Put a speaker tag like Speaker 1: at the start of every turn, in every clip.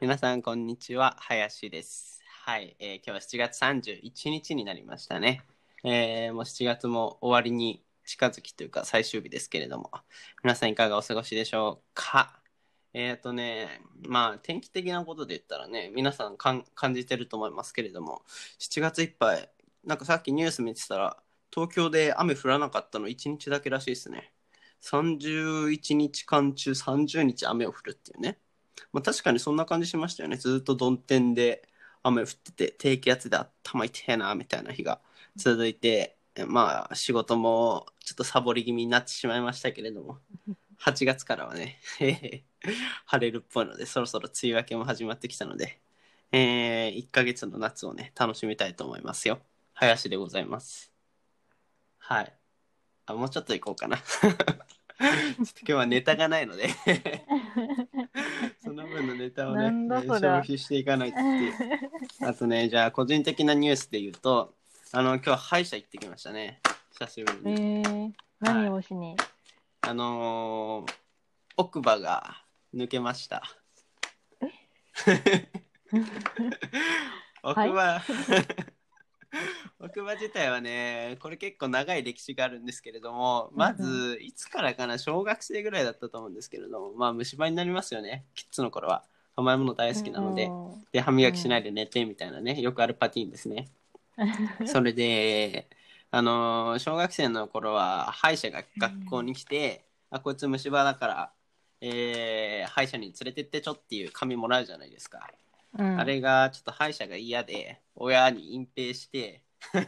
Speaker 1: 皆さん、こんにちは。林です。はい、えー今日は7月31日になりましたね。えーもう7月も終わりに近づきというか最終日ですけれども、皆さんいかがお過ごしでしょうかえっ、とね、まあ、天気的なことで言ったらね、皆さんかん感じてると思いますけれども、7月いっぱい、なんかさっきニュース見てたら、東京で雨降らなかったの1日だけらしいですね。31日間中30日雨を降るっていうね。まあ、確かにそんな感じしましたよね。ずっと曇天で雨降ってて、低気圧で頭痛えな、みたいな日が続いて、えまあ、仕事もちょっとサボり気味になってしまいましたけれども、8月からはね、 晴れるっぽいので、そろそろ梅雨明けも始まってきたので、え1ヶ月の夏をね、楽しみたいと思いますよ。林でございます。はい。あ、もうちょっと行こうかな。ち ょっと今日はネタがないので、 その分のネタをね、
Speaker 2: なんだ
Speaker 1: えー
Speaker 2: そりゃ
Speaker 1: 消費していかない とっていう。あとね、じゃあ個人的なニュースで言うと、あの、今日は歯医者行ってきましたね。久しぶり
Speaker 2: え
Speaker 1: に。
Speaker 2: ー、何をしに、
Speaker 1: あのー奥歯が抜けました。 奥歯、 奥歯自体はね、これ結構長い歴史があるんですけれども、まず、いつからかな、小学生ぐらいだったと思うんですけれども、まあ虫歯になりますよね、キッズの頃は。甘いもの大好きなので。
Speaker 2: うん
Speaker 1: で歯磨きしないで寝てみたいなね、よくあるパティーンです ねそれであのー小学生の頃は歯医者が学校に来て、あこいつ虫歯だから、えー歯医者に連れてってちょっていう紙もらうじゃないですか、
Speaker 2: うん、
Speaker 1: あれがちょっと歯医者が嫌で親に隠蔽して
Speaker 2: え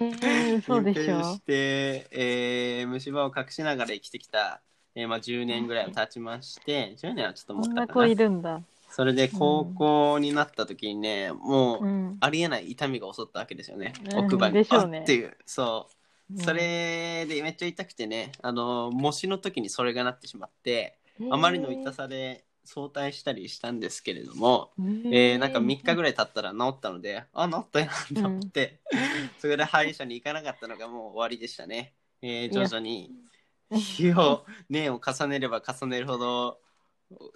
Speaker 2: ー、そうでし
Speaker 1: 隠蔽
Speaker 2: ょ
Speaker 1: して、えー虫歯を隠しながら生きてきた、えーまあ、10年ぐらいは経ちまして10年はちょっとも
Speaker 2: こ
Speaker 1: っ
Speaker 2: ん
Speaker 1: た
Speaker 2: な
Speaker 1: か
Speaker 2: 子い
Speaker 1: な
Speaker 2: るんだ、
Speaker 1: それで高校になった時にね、もう、
Speaker 2: うん、
Speaker 1: ありえない痛みが襲ったわけですよね
Speaker 2: う。ん
Speaker 1: 奥歯に
Speaker 2: でしょ
Speaker 1: あ
Speaker 2: うね
Speaker 1: っていう。そう。そ
Speaker 2: うん、
Speaker 1: れでめっちゃ痛くてね、あの、模試の時にそれがなってしまって、あまりの痛さで早退したりしたんですけれども、
Speaker 2: えー、
Speaker 1: えーなんか3日ぐらい経ったら治ったので、あ、治ったやんと思って、それで歯医者に行かなかったのがもう終わりでしたね。えー徐々に日を、年を重ねれば重ねるほど、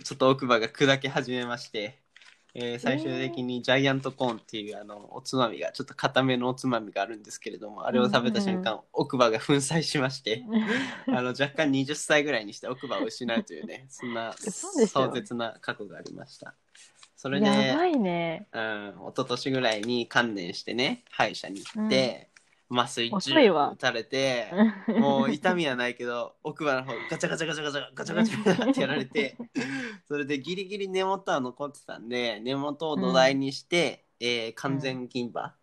Speaker 1: ちょっと奥歯が砕け始めまして、えー最終的にジャイアントコーンっていうあのおつまみが、ちょっと固めのおつまみがあるんですけれども、あれを食べた瞬間、奥歯が粉砕しまして、あの若干20歳ぐらいにして奥歯を失うというね、そんな
Speaker 2: そうでしょ
Speaker 1: 壮絶な過去がありました。それで、
Speaker 2: やばいね
Speaker 1: うん、一昨年ぐらいに観念してね歯医者に行って、麻酔
Speaker 2: 遅いわ
Speaker 1: 打たれ てもう痛みはないけど奥歯の方ガチャガチャガチャガチャガチャガチャってやられ てそれでギリギリ根元は残ってたんで根元を土台にして、えー完全銀歯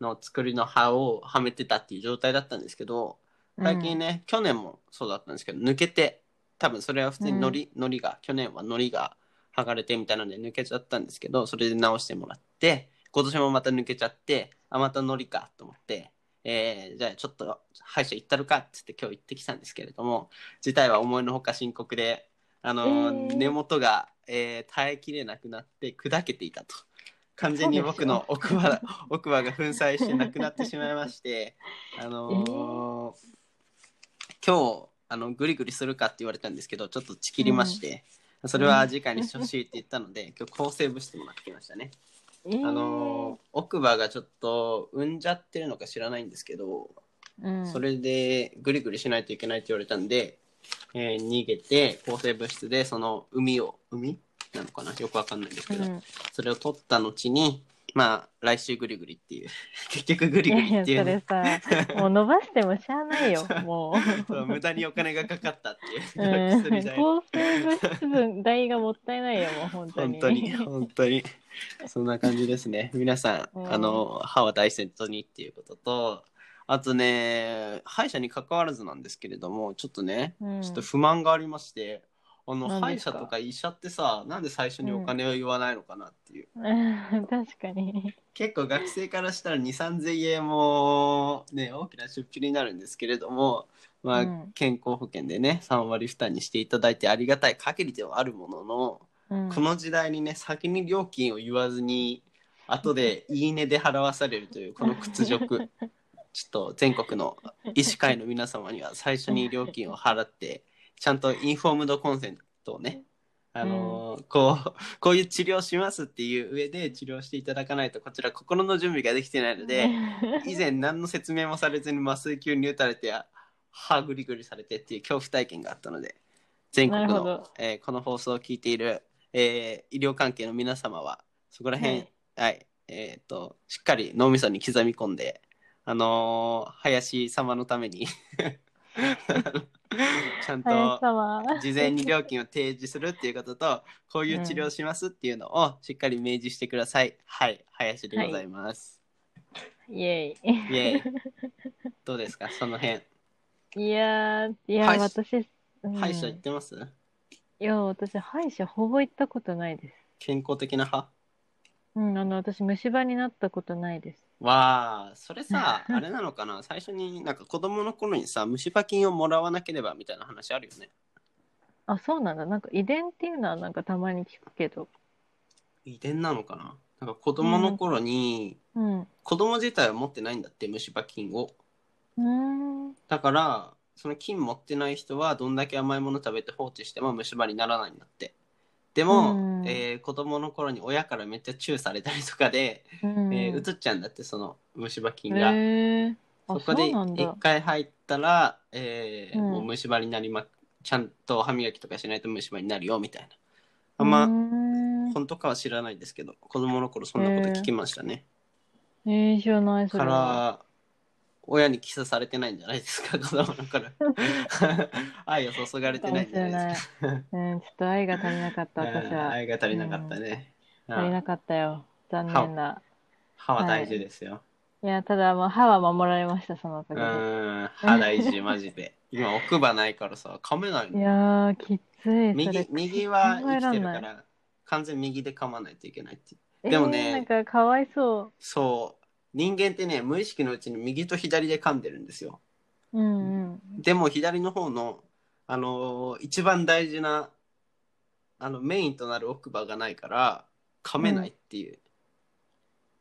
Speaker 1: の作りの歯をはめてたっていう状態だったんですけど最近
Speaker 2: ね、
Speaker 1: ね、去年もそうだったんですけど抜けて多分それは普通にのり、のりが去年はのりが剥がれてみたいなので抜けちゃったんですけどそれで直してもらって今年もまた抜けちゃってあまたのりかと思って、えーじゃあちょっと歯医者行ったるかっつって今日行ってきたんですけれども事態は思いのほか深刻であのー、
Speaker 2: えー
Speaker 1: 根元が、えー耐えきれなくなって砕けていたと完全に僕の奥歯奥歯が粉砕してなくなってしまいまして。あのー今日あのグリグリするかって言われたんですけどちょっとちきりまして、それは次回にしてほしいって言ったの で今日抗生物質もらってきましたね、
Speaker 2: えー
Speaker 1: あのー奥歯がちょっと産んじゃってるのか知らないんですけど、
Speaker 2: うん、
Speaker 1: それでグリグリしないといけないって言われたんで、えー逃げて抗生物質でその海を海なのかなよくわかんないんですけ
Speaker 2: う
Speaker 1: ど、
Speaker 2: ん、
Speaker 1: それを取った後にまあ来週グリグリっていう 結局グリ
Speaker 2: い
Speaker 1: グ
Speaker 2: や
Speaker 1: リ
Speaker 2: いや
Speaker 1: っていう、
Speaker 2: それさもう伸ばしてもしゃあないよもう
Speaker 1: そう無駄にお金がかかったっていう
Speaker 2: うん
Speaker 1: 薬代
Speaker 2: 抗生物質分代がもったいないよもう本当に
Speaker 1: 本当に本当にそんな感じですね皆さん、
Speaker 2: うん
Speaker 1: あの歯は大切にっていうこととあとね歯医者に関わらずなんですけれどもちょっとね、
Speaker 2: うん
Speaker 1: ちょっと不満がありましてあの歯
Speaker 2: 何
Speaker 1: 医
Speaker 2: ですか
Speaker 1: 者とか医者ってさなんで最初にお金を言わないのかなっていう、
Speaker 2: うん確かに
Speaker 1: 結構学生からしたら2 3 0円もね大きな出費になるんですけれども、まあ
Speaker 2: うん
Speaker 1: 健康保険でね3割負担にしていただいてありがたい限りではあるものの、
Speaker 2: うん
Speaker 1: この時代にね先に料金を言わずに後で「いいね」で払わされるというこの屈 辱ちょっと全国の医師会の皆様には最初に料金を払ってちゃんとインフォームドコンセントをねあのーこうこういう治療しますっていう上で治療していただかないとこちら心の準備ができてないので以前何の説明もされずに麻酔球に打たれてあ歯ぐりぐりされてっていう恐怖体験があったので全国
Speaker 2: なるほ
Speaker 1: の
Speaker 2: ど、
Speaker 1: えーこの放送を聞いている、えー医療関係の皆様はそこら辺、
Speaker 2: はい
Speaker 1: はい、えっ、と、しっかり脳みそに刻み込んで、あのー林様のために ちゃん
Speaker 2: 林
Speaker 1: と
Speaker 2: 様。
Speaker 1: 事前に料金を提示するっていうことと、こういう治療をしますっていうのをしっかり明示してください。はい、林でございます。
Speaker 2: イエイ。
Speaker 1: イエイ。どうですか、その辺。
Speaker 2: いやー、いや、
Speaker 1: 歯医者
Speaker 2: 私、うん
Speaker 1: 歯医者行ってます、
Speaker 2: いや、私、歯医者ほぼ行ったことないです。
Speaker 1: 健康的な歯
Speaker 2: うん、あの、私、虫歯になったことないです。
Speaker 1: わあ、それ さ、あれなのかな最初になんか子供の頃にさ、虫歯菌をもらわなければみたいな話あるよね。
Speaker 2: あ、そうなんだ。なんか遺伝っていうのはなんかたまに聞くけど。
Speaker 1: 遺伝なのかななんか子供の頃に、
Speaker 2: うん。う
Speaker 1: 子供自体は持ってないんだって虫歯菌を
Speaker 2: ーん。
Speaker 1: だからその菌持ってない人はどんだけ甘いもの食べて放置しても虫歯にならないんだってでも
Speaker 2: う、ん
Speaker 1: えー子供の頃に親からめっちゃチューされたりとかで、
Speaker 2: うん。
Speaker 1: えー、移っちゃうんだってその虫歯菌が、
Speaker 2: へーあ、
Speaker 1: そ
Speaker 2: そ
Speaker 1: こ
Speaker 2: う
Speaker 1: で
Speaker 2: なんだ
Speaker 1: 一。回入ったら、えー
Speaker 2: うん
Speaker 1: もう虫歯になりまちゃんと歯磨きとかしないと虫歯になるよみたいなあん
Speaker 2: う
Speaker 1: ま
Speaker 2: ーん
Speaker 1: 本当かは知らないですけど子供の頃そんなこと聞きましたね、
Speaker 2: えー、知らない、そ
Speaker 1: か
Speaker 2: れは。
Speaker 1: ら親にキスされてないんじゃないですか子 供の 頃愛を注がれてないんじゃないですか
Speaker 2: か もしれない。うん、ちょっと愛が足りなかった、私
Speaker 1: うん
Speaker 2: は。
Speaker 1: 愛が足りなかったね、うん
Speaker 2: 足りなかったよ。残念な。
Speaker 1: 歯は大事ですよ、
Speaker 2: いや、ただ、まあ、歯は守られました、そのおかげで。
Speaker 1: うん歯大事マジで今奥歯ないからさ噛めない
Speaker 2: い
Speaker 1: の
Speaker 2: やー、きつい、それ
Speaker 1: 右。右は
Speaker 2: 考
Speaker 1: 生
Speaker 2: え
Speaker 1: き
Speaker 2: ら
Speaker 1: て
Speaker 2: ん
Speaker 1: る
Speaker 2: な
Speaker 1: か
Speaker 2: い
Speaker 1: ら完全右で噛まないといけないっていう
Speaker 2: えー
Speaker 1: でもね
Speaker 2: なんか、かわいそ
Speaker 1: そう人間ってね無意識のうちに右と左で噛んでるんですよ
Speaker 2: う。うんうん。
Speaker 1: でも左の方の、あのー一番大事なあのメインとなる奥歯がないから噛めないっていう。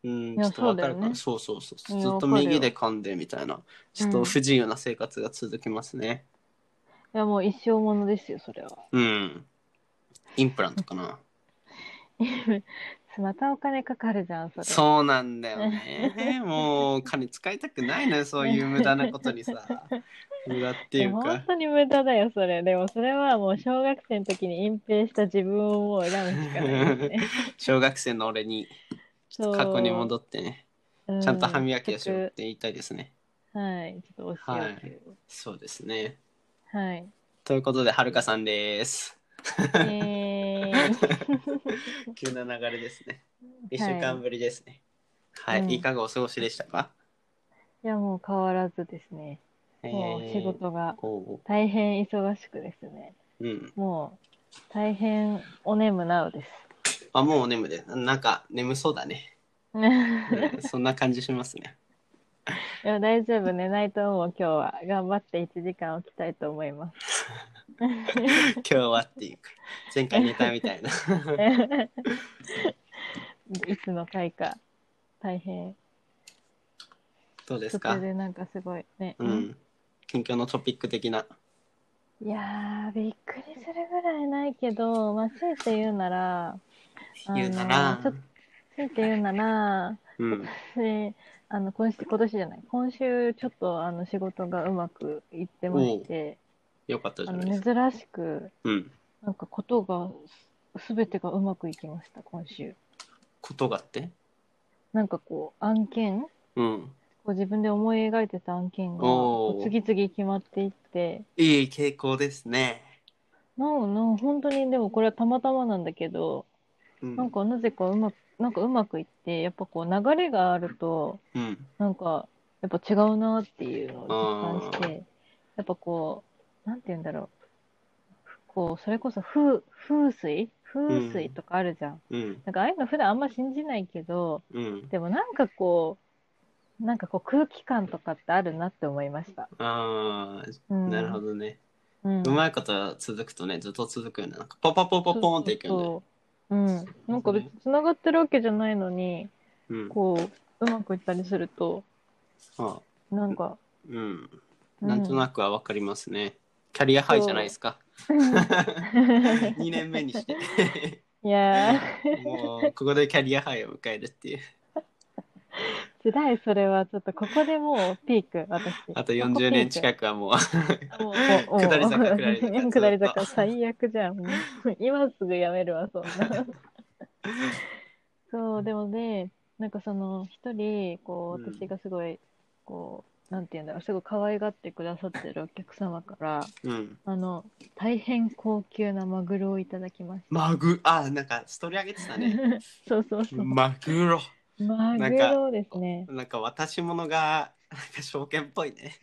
Speaker 1: うん、
Speaker 2: いや
Speaker 1: ちょっとわかるかなそ,、
Speaker 2: そう
Speaker 1: そうそう
Speaker 2: うん
Speaker 1: ずっと右で噛んでみたいなちょっと不自由な生活が続きますね。
Speaker 2: いや、もう一生ものですよ、それは。
Speaker 1: うん。インプラントかな。
Speaker 2: またお金かかるじゃん、それ。
Speaker 1: そうなんだよね。もう金使いたくない のよそういう無駄なことにさ。無駄っていう
Speaker 2: や本
Speaker 1: か。
Speaker 2: 当に無駄だよ、それ。でも、それはもう小学生の時に隠蔽した自分をもう選ぶしかないです ね。
Speaker 1: 小学生の俺に
Speaker 2: そう
Speaker 1: 過去に戻ってね。
Speaker 2: う
Speaker 1: ちゃんと歯磨きをし
Speaker 2: 結
Speaker 1: ろっ
Speaker 2: 局
Speaker 1: て言いたいですね。
Speaker 2: はい、ちょっとお塩という。
Speaker 1: そうですね。
Speaker 2: はい。
Speaker 1: ということで、はるかさんです。
Speaker 2: え ー
Speaker 1: 急な流れですね。1
Speaker 2: はい
Speaker 1: 週間ぶりですね。はい、
Speaker 2: うん
Speaker 1: いかがお過ごしでしたか、
Speaker 2: いや、もう変わらずですね。もう
Speaker 1: えー
Speaker 2: 仕事が
Speaker 1: おう
Speaker 2: 大変忙しくですね。
Speaker 1: うん。
Speaker 2: もう大変おねむなうです。
Speaker 1: あ、もう眠で、なんか眠そうだね。うんそんな感じします ね。
Speaker 2: でも大丈夫、寝ないと思う、今日は。頑張って1時間起きたいと思います。
Speaker 1: 今日はっていうか、前回寝たみたいな。
Speaker 2: いつの回か。大変。
Speaker 1: どうです
Speaker 2: 途
Speaker 1: か
Speaker 2: 中でなんかすごいね。
Speaker 1: うん。近況のトピック的な。
Speaker 2: いやー、びっくりするぐらいないけど、まあ、強いて言うなら、
Speaker 1: 言うなら
Speaker 2: あの。ちょっ強いて言うなら、
Speaker 1: うん。
Speaker 2: 私あの今週、今年じゃない、今週ちょっとあの仕事がうまくいってまして、
Speaker 1: よかったじ
Speaker 2: あ
Speaker 1: ゃ
Speaker 2: の
Speaker 1: ないですか。
Speaker 2: 珍しく、
Speaker 1: うん。
Speaker 2: なんかことが、すべてがうまくいきました、今週。
Speaker 1: ことがあって
Speaker 2: なんかこう、案件、こ
Speaker 1: うん。
Speaker 2: う自分で思い描いてた案件が、
Speaker 1: おー
Speaker 2: こう次々決まっていって、
Speaker 1: いい傾向ですね。
Speaker 2: なんなん本当にでもこれはたまたまなんだけど、
Speaker 1: うん
Speaker 2: なんかなぜかうまく、なんかうまくいって、やっぱこう流れがあると、
Speaker 1: うん。
Speaker 2: なんかやっぱ違うなっていうのを実感し
Speaker 1: あ
Speaker 2: て、やっぱこう、なんて言うんだろう。こう、それこそ風、風水風水とかあるじゃん。
Speaker 1: うん
Speaker 2: なんかああいうの普段あんま信じないけど、
Speaker 1: うん
Speaker 2: でもなんかこう、なんかこう空気感とかってあるなって思いました。
Speaker 1: ああ
Speaker 2: うん、
Speaker 1: なるほどね、
Speaker 2: うん。
Speaker 1: うまいこと続くとねずっと続くよねなんかポパポポポンっていくよね
Speaker 2: そうそううん。なんか別に繋がってるわけじゃないのに、
Speaker 1: うん
Speaker 2: こう、うまくいったりすると、
Speaker 1: あ
Speaker 2: なんか、
Speaker 1: うん
Speaker 2: うん
Speaker 1: なんとなくはわかりますねキャリアハイじゃないですか2年目にして
Speaker 2: いやー、
Speaker 1: もうここでキャリアハイを迎えるっていう
Speaker 2: つらい、それは。ちょっと、ここでもうピーク、私。
Speaker 1: あと40年近くはもう
Speaker 2: く。もうもう
Speaker 1: 下り坂下り坂
Speaker 2: 下り坂最悪じゃん。も う今すぐやめるわ、そんな。 そう、でもね、なんかその、一人、こ
Speaker 1: う
Speaker 2: う、
Speaker 1: ん
Speaker 2: 私がすごい、こう、なんていうんだろう、すごい可愛がってくださってるお客様から、
Speaker 1: うん
Speaker 2: あの、大変高級なマグロをいただきまし
Speaker 1: マグあなんかストーリー上げてた
Speaker 2: た。
Speaker 1: ね
Speaker 2: そうそうそう。
Speaker 1: マグロ
Speaker 2: マグロですね。
Speaker 1: なんか渡し物がなんか証券っぽい ね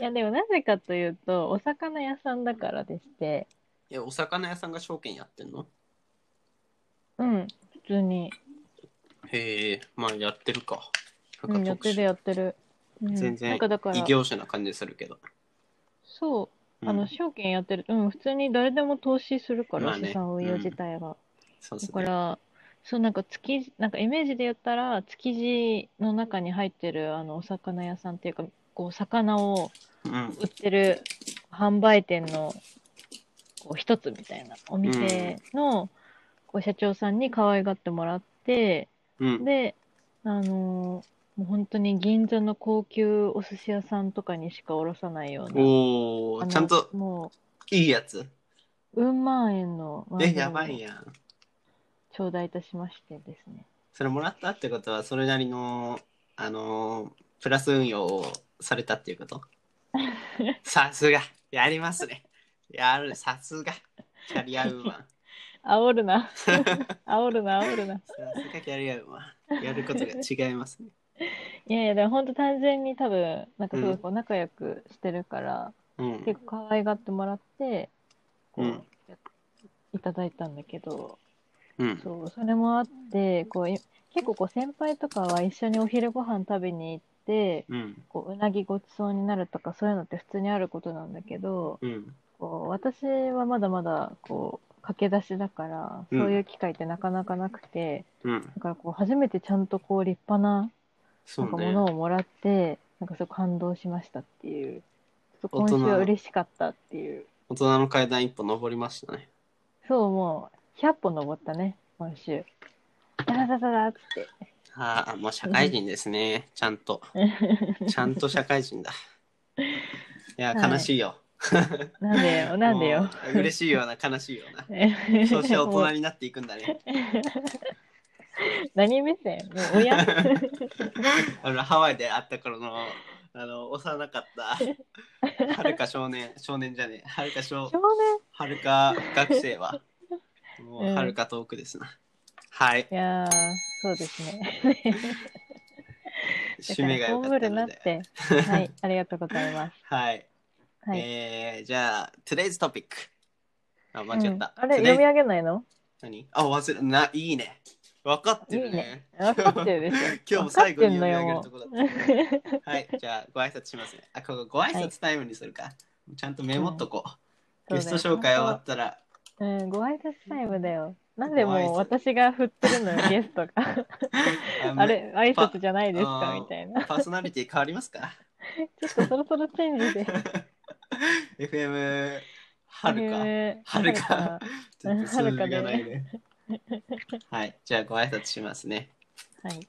Speaker 2: いやでもなぜかというとお魚屋さんだからでして
Speaker 1: えお魚屋さんが証券やってんの
Speaker 2: うん普通に、
Speaker 1: へえまあやってるか
Speaker 2: う
Speaker 1: なん
Speaker 2: ん、
Speaker 1: か
Speaker 2: やっ
Speaker 1: 特
Speaker 2: てる
Speaker 1: 殊
Speaker 2: やってる、うん、
Speaker 1: 全然
Speaker 2: なんかだか
Speaker 1: 異
Speaker 2: ら
Speaker 1: 業種な感じするけど、
Speaker 2: そううあ
Speaker 1: ん
Speaker 2: の証券やってるうん普通に誰でも投資するから、
Speaker 1: まあね
Speaker 2: 資産運用自体は、
Speaker 1: そう
Speaker 2: だか
Speaker 1: で
Speaker 2: らそうなんか築なんかイメージで言ったら築地の中に入ってるあのお魚屋さんっていうかこう魚を
Speaker 1: すね
Speaker 2: 売ってる販売店のこう一つみたいなお店のこう社長さんに可愛がってもらって、
Speaker 1: うん うん
Speaker 2: で、あのーもう本当に銀座の高級お寿司屋さんとかにしか卸さないような。
Speaker 1: お
Speaker 2: あ
Speaker 1: お
Speaker 2: の
Speaker 1: ちゃんと
Speaker 2: も
Speaker 1: いいやつ
Speaker 2: う、うん万円のマグロ
Speaker 1: え
Speaker 2: を
Speaker 1: やばいやん
Speaker 2: 頂戴いたしましてですね。
Speaker 1: それもらったってことはそれなりのあのープラス運用をされたっていうこと さすがやりますねやるさすがキャリアウーマン
Speaker 2: 煽 るな、
Speaker 1: さす
Speaker 2: 煽るな、煽るな。
Speaker 1: がキャリアウーマンやることが違いますね
Speaker 2: いやいや、でも本当単純に多分、なんかすごいこう仲良くしてるから、
Speaker 1: うん
Speaker 2: 結構可愛がってもらって、こう、
Speaker 1: うん
Speaker 2: いただいたんだけど、
Speaker 1: うん
Speaker 2: そう、それもあって、こう、い結構こう先輩とかは一緒にお昼ご飯食べに行って、
Speaker 1: うん
Speaker 2: こう、うなぎごちそうになるとかそういうのって普通にあることなんだけど、
Speaker 1: うん
Speaker 2: こう、私はまだまだ、こう、駆け出しだから、
Speaker 1: うん
Speaker 2: そういう機会ってなかなかなくて、
Speaker 1: うん
Speaker 2: だからこう、初めてちゃんとこう、立派な、
Speaker 1: そ
Speaker 2: なんか
Speaker 1: う
Speaker 2: も
Speaker 1: ね
Speaker 2: のをもらって、なんかそう感動しましたっていう、ちょっと今週は
Speaker 1: 大人
Speaker 2: 嬉しかったっていう。
Speaker 1: 大人の階段一歩登りましたね
Speaker 2: そう、もう、100歩登ったね、今週。ダラダラダラっつって。
Speaker 1: ああもう社会人ですねちゃんとちゃんと社会人だいや
Speaker 2: はい
Speaker 1: 悲しいよ、
Speaker 2: なんで よ、なんでよ。
Speaker 1: もう嬉しいような悲しいようなそ
Speaker 2: そう
Speaker 1: して大人になっていくんだ ね。
Speaker 2: 何目線もう 親
Speaker 1: あのハワイで会った頃のあの幼かったはるか少年少年じゃねえはるか少
Speaker 2: 少
Speaker 1: はるか学生はもうはるか遠くですな。はい
Speaker 2: 年いやー、そうですね。
Speaker 1: 締めが良かった
Speaker 2: な
Speaker 1: の
Speaker 2: っ
Speaker 1: で。
Speaker 2: て。 はい、ありがとうございます。
Speaker 1: はい、
Speaker 2: はい。
Speaker 1: えーじゃあ today's topic あ間違った。
Speaker 2: うんあれ、
Speaker 1: Today's-
Speaker 2: 読み上げないの
Speaker 1: 何あ忘れないいね分かってるね。。
Speaker 2: 分かってるでしょ
Speaker 1: 今日も最後に
Speaker 2: 分
Speaker 1: 読み上げ
Speaker 2: か
Speaker 1: ると
Speaker 2: ってん
Speaker 1: こだった
Speaker 2: の。よ、も
Speaker 1: はい、じゃあご挨拶しますね。あ、ここご挨拶タイムにするか。ちゃんとメモっとこう。
Speaker 2: う。
Speaker 1: ゲスト紹介終わった ら、
Speaker 2: そうだようん、ご挨拶タイムだよ。なんでもう
Speaker 1: ご挨拶
Speaker 2: 私が振ってるのよ、ゲストが。 あれ、挨拶じゃないです
Speaker 1: あ
Speaker 2: か
Speaker 1: ー
Speaker 2: みたいな。
Speaker 1: パーソナリティ変わります か
Speaker 2: ちょっとそろそろチェンジで。
Speaker 1: ?FM はるか。
Speaker 2: えー
Speaker 1: はるか。ちょ っと数字が
Speaker 2: は
Speaker 1: な
Speaker 2: る
Speaker 1: いね。はい、じゃあご挨拶しますね。
Speaker 2: はい。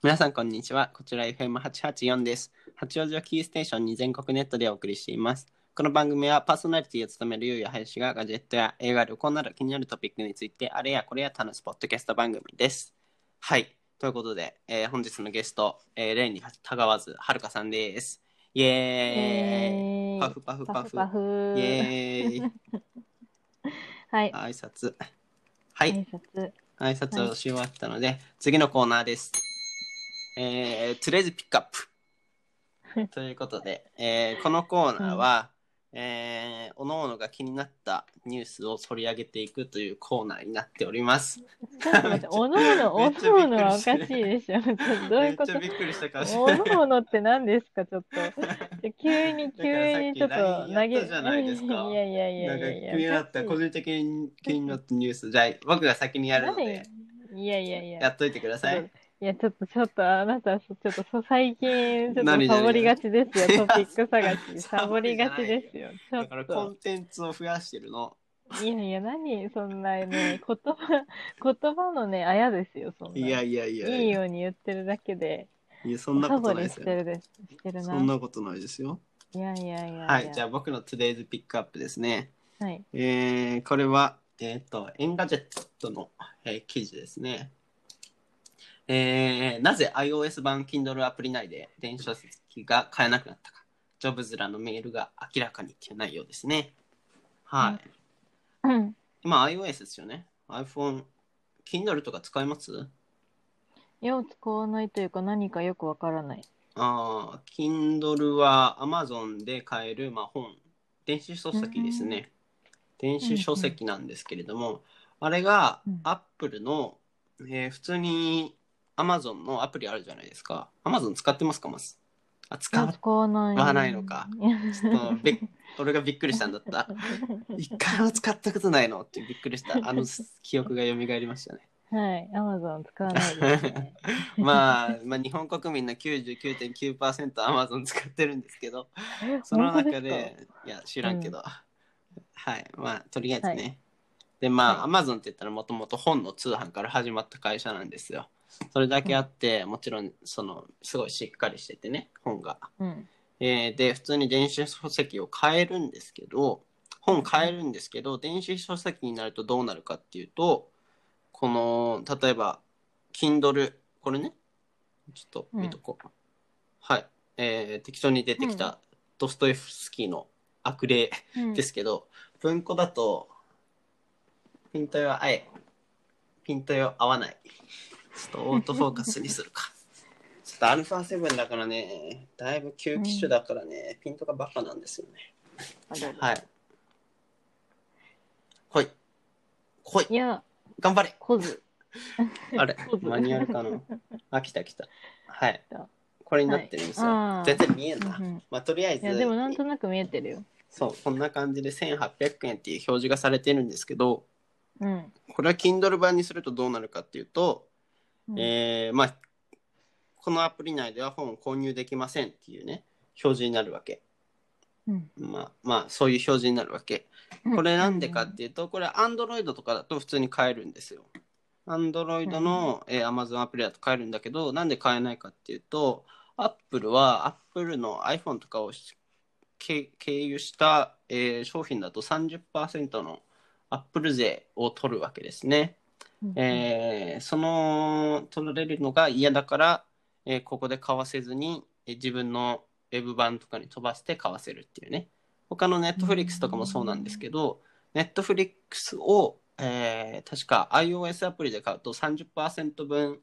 Speaker 1: 皆さんこんにちは。こちら FM884 です。八王子をキーステーションに全国ネットでお送りしています。この番組はパーソナリティを務めるゆうやはやしがガジェットや映画、旅行など気になるトピックについてあれやこれや楽しポッドキャスト番組です。はい。ということで、えー本日のゲスト、えー、例にたがわずはるかさんです。イエーイ、
Speaker 2: えー
Speaker 1: パフパフパ
Speaker 2: パ
Speaker 1: フ
Speaker 2: フパフ。
Speaker 1: イエーイ
Speaker 2: はい。
Speaker 1: 挨拶。はい。
Speaker 2: 挨拶。
Speaker 1: 挨拶をし終わったので、次のコーナーです。えー、とりあえずピックアップ。ということで、えーこのコーナーは、えー、おのおのが気になったニュースを取り上げていくというコーナーになっております。
Speaker 2: ちょっと待って、おのおの、
Speaker 1: め
Speaker 2: お
Speaker 1: っちゃ
Speaker 2: のおのはおかし
Speaker 1: び
Speaker 2: い
Speaker 1: っく
Speaker 2: でしょ。ちょっとどういう
Speaker 1: め
Speaker 2: こと
Speaker 1: っちゃびっくりした顔して
Speaker 2: おのおのって何ですか、ちょっと。 急に、急にちょっと投
Speaker 1: だか
Speaker 2: げ
Speaker 1: らさっき LINE やったじゃないですか
Speaker 2: いやいやい
Speaker 1: な
Speaker 2: や
Speaker 1: ん
Speaker 2: い
Speaker 1: か
Speaker 2: や
Speaker 1: 気
Speaker 2: いや。
Speaker 1: になった、個人的に気になったニュース、じゃあ僕が先にやるの
Speaker 2: なん
Speaker 1: で、
Speaker 2: いやいやいや。
Speaker 1: やっといてください。
Speaker 2: いや、ちょっと、ちょっと、あなた、ちょっと、そう最近、ちょっ
Speaker 1: 何々
Speaker 2: と、サボりがちですよ。トピック探
Speaker 1: いや
Speaker 2: し、サボりがちですよ。ちょ
Speaker 1: だから
Speaker 2: っ
Speaker 1: コ
Speaker 2: と
Speaker 1: ン、テンツを増やしてるの。
Speaker 2: いやいや、何、そんなね、言葉、言葉のね、あやですよ、そんな。
Speaker 1: いやいやいや
Speaker 2: いいように言ってるだけで、
Speaker 1: いやそんなこ
Speaker 2: サボ
Speaker 1: とない
Speaker 2: り
Speaker 1: で
Speaker 2: し
Speaker 1: す
Speaker 2: て
Speaker 1: よ。
Speaker 2: るです。してる
Speaker 1: そん
Speaker 2: な。
Speaker 1: なことないですよ。
Speaker 2: いやいやいやや。
Speaker 1: はい、じゃあ僕の Today's Pick Up ですね。
Speaker 2: はい。
Speaker 1: えーこれは、えっ、と、エンガジェットの、えー記事ですね。えーなぜ iOS 版 Kindle アプリ内で電子書籍が買えなくなったか、ジョブズらのメールが明らかにっていう内容ですね。はい。
Speaker 2: うん
Speaker 1: 今 iOS ですよね。iPhone、Kindle とか使います
Speaker 2: よう使わないというか、何かよくわからない。
Speaker 1: ああ、Kindle は Amazon で買える、まあ、本、電子書籍ですね。電子書籍なんですけれども、あれが
Speaker 2: うん
Speaker 1: Apple の、えー普通に Amazon のアプリあるじゃないですか。Amazon 使ってますか、まず。あ、使
Speaker 2: よう
Speaker 1: う。
Speaker 2: 使わない。
Speaker 1: わないのか。ちょっとべ俺がびっくりしたんだった。一回も使ったことないのってびっくりした。あの記憶が蘇りましたね。
Speaker 2: はい、アマゾン使わないですね。
Speaker 1: まあ、まあ、日本国民の99.9%アマゾン使ってるんですけど、 その中で、
Speaker 2: 本当す
Speaker 1: いや、知らんけど、はい、まあ、とりあえずね。
Speaker 2: は
Speaker 1: で、まあ、ア
Speaker 2: は
Speaker 1: マゾンって言ったら、もともと本の通販から始まった会社なんですよ。それだけあって、もちろん、その、すごいしっかりしててね、本が。
Speaker 2: かうん。
Speaker 1: えーで、普通に電子書籍を買えるんですけど、本買えるんですけど、電子書籍になるとどうなるかっていうと、この、例えば、Kindle、これね、ちょっと見とこう。はい。えー適当に出てき
Speaker 2: うん
Speaker 1: たドストエフスキーの悪霊
Speaker 2: うん
Speaker 1: ですけど、文庫だと、ピントよあえ、ピントよ合わない。ちょっとオートフォーカスにする か。ちょっとアルファセブンだからね、だいぶ旧機種だからね、ピントがバカなんですよね。
Speaker 2: あどうぞ
Speaker 1: はい。ほい。ほい
Speaker 2: い。や、
Speaker 1: 頑張れ。
Speaker 2: こず。
Speaker 1: あれ
Speaker 2: そう、そう
Speaker 1: マニュアルか な。あ、来た来た。はい
Speaker 2: 来た。
Speaker 1: これになってるんですよ。
Speaker 2: はいあー
Speaker 1: 全然見えんな。
Speaker 2: うんうん
Speaker 1: まあ、とりあえ
Speaker 2: い
Speaker 1: ず、
Speaker 2: や、でもなんとなく見えてるよ。
Speaker 1: そう、こんな感じで1800円っていう表示がされてるんですけど、
Speaker 2: うん。
Speaker 1: これは Kindle 版にするとどうなるかっていうと、
Speaker 2: うん
Speaker 1: えーまあ、このアプリ内では本を購入できませんっていうね、表示になるわけ。
Speaker 2: うん
Speaker 1: まあ、まあ、そういう表示になるわけ。これなんでかっていうと、これ Android とかだと普通に買えるんですよ。Android の、えー Amazon アプリだと買えるんだけど、なんで買えないかっていうと、Apple は Apple の iPhone とかをしけ経由した、えー商品だと30%の Apple 税を取るわけですね。
Speaker 2: うん
Speaker 1: えーその取られるのが嫌だから、えーここで買わせずに、えー自分のウェブ版とかに飛ばして買わせるっていうね他の Netflix とかもそうなんですけど、Netflix を、えー確か iOS アプリで買うと30%分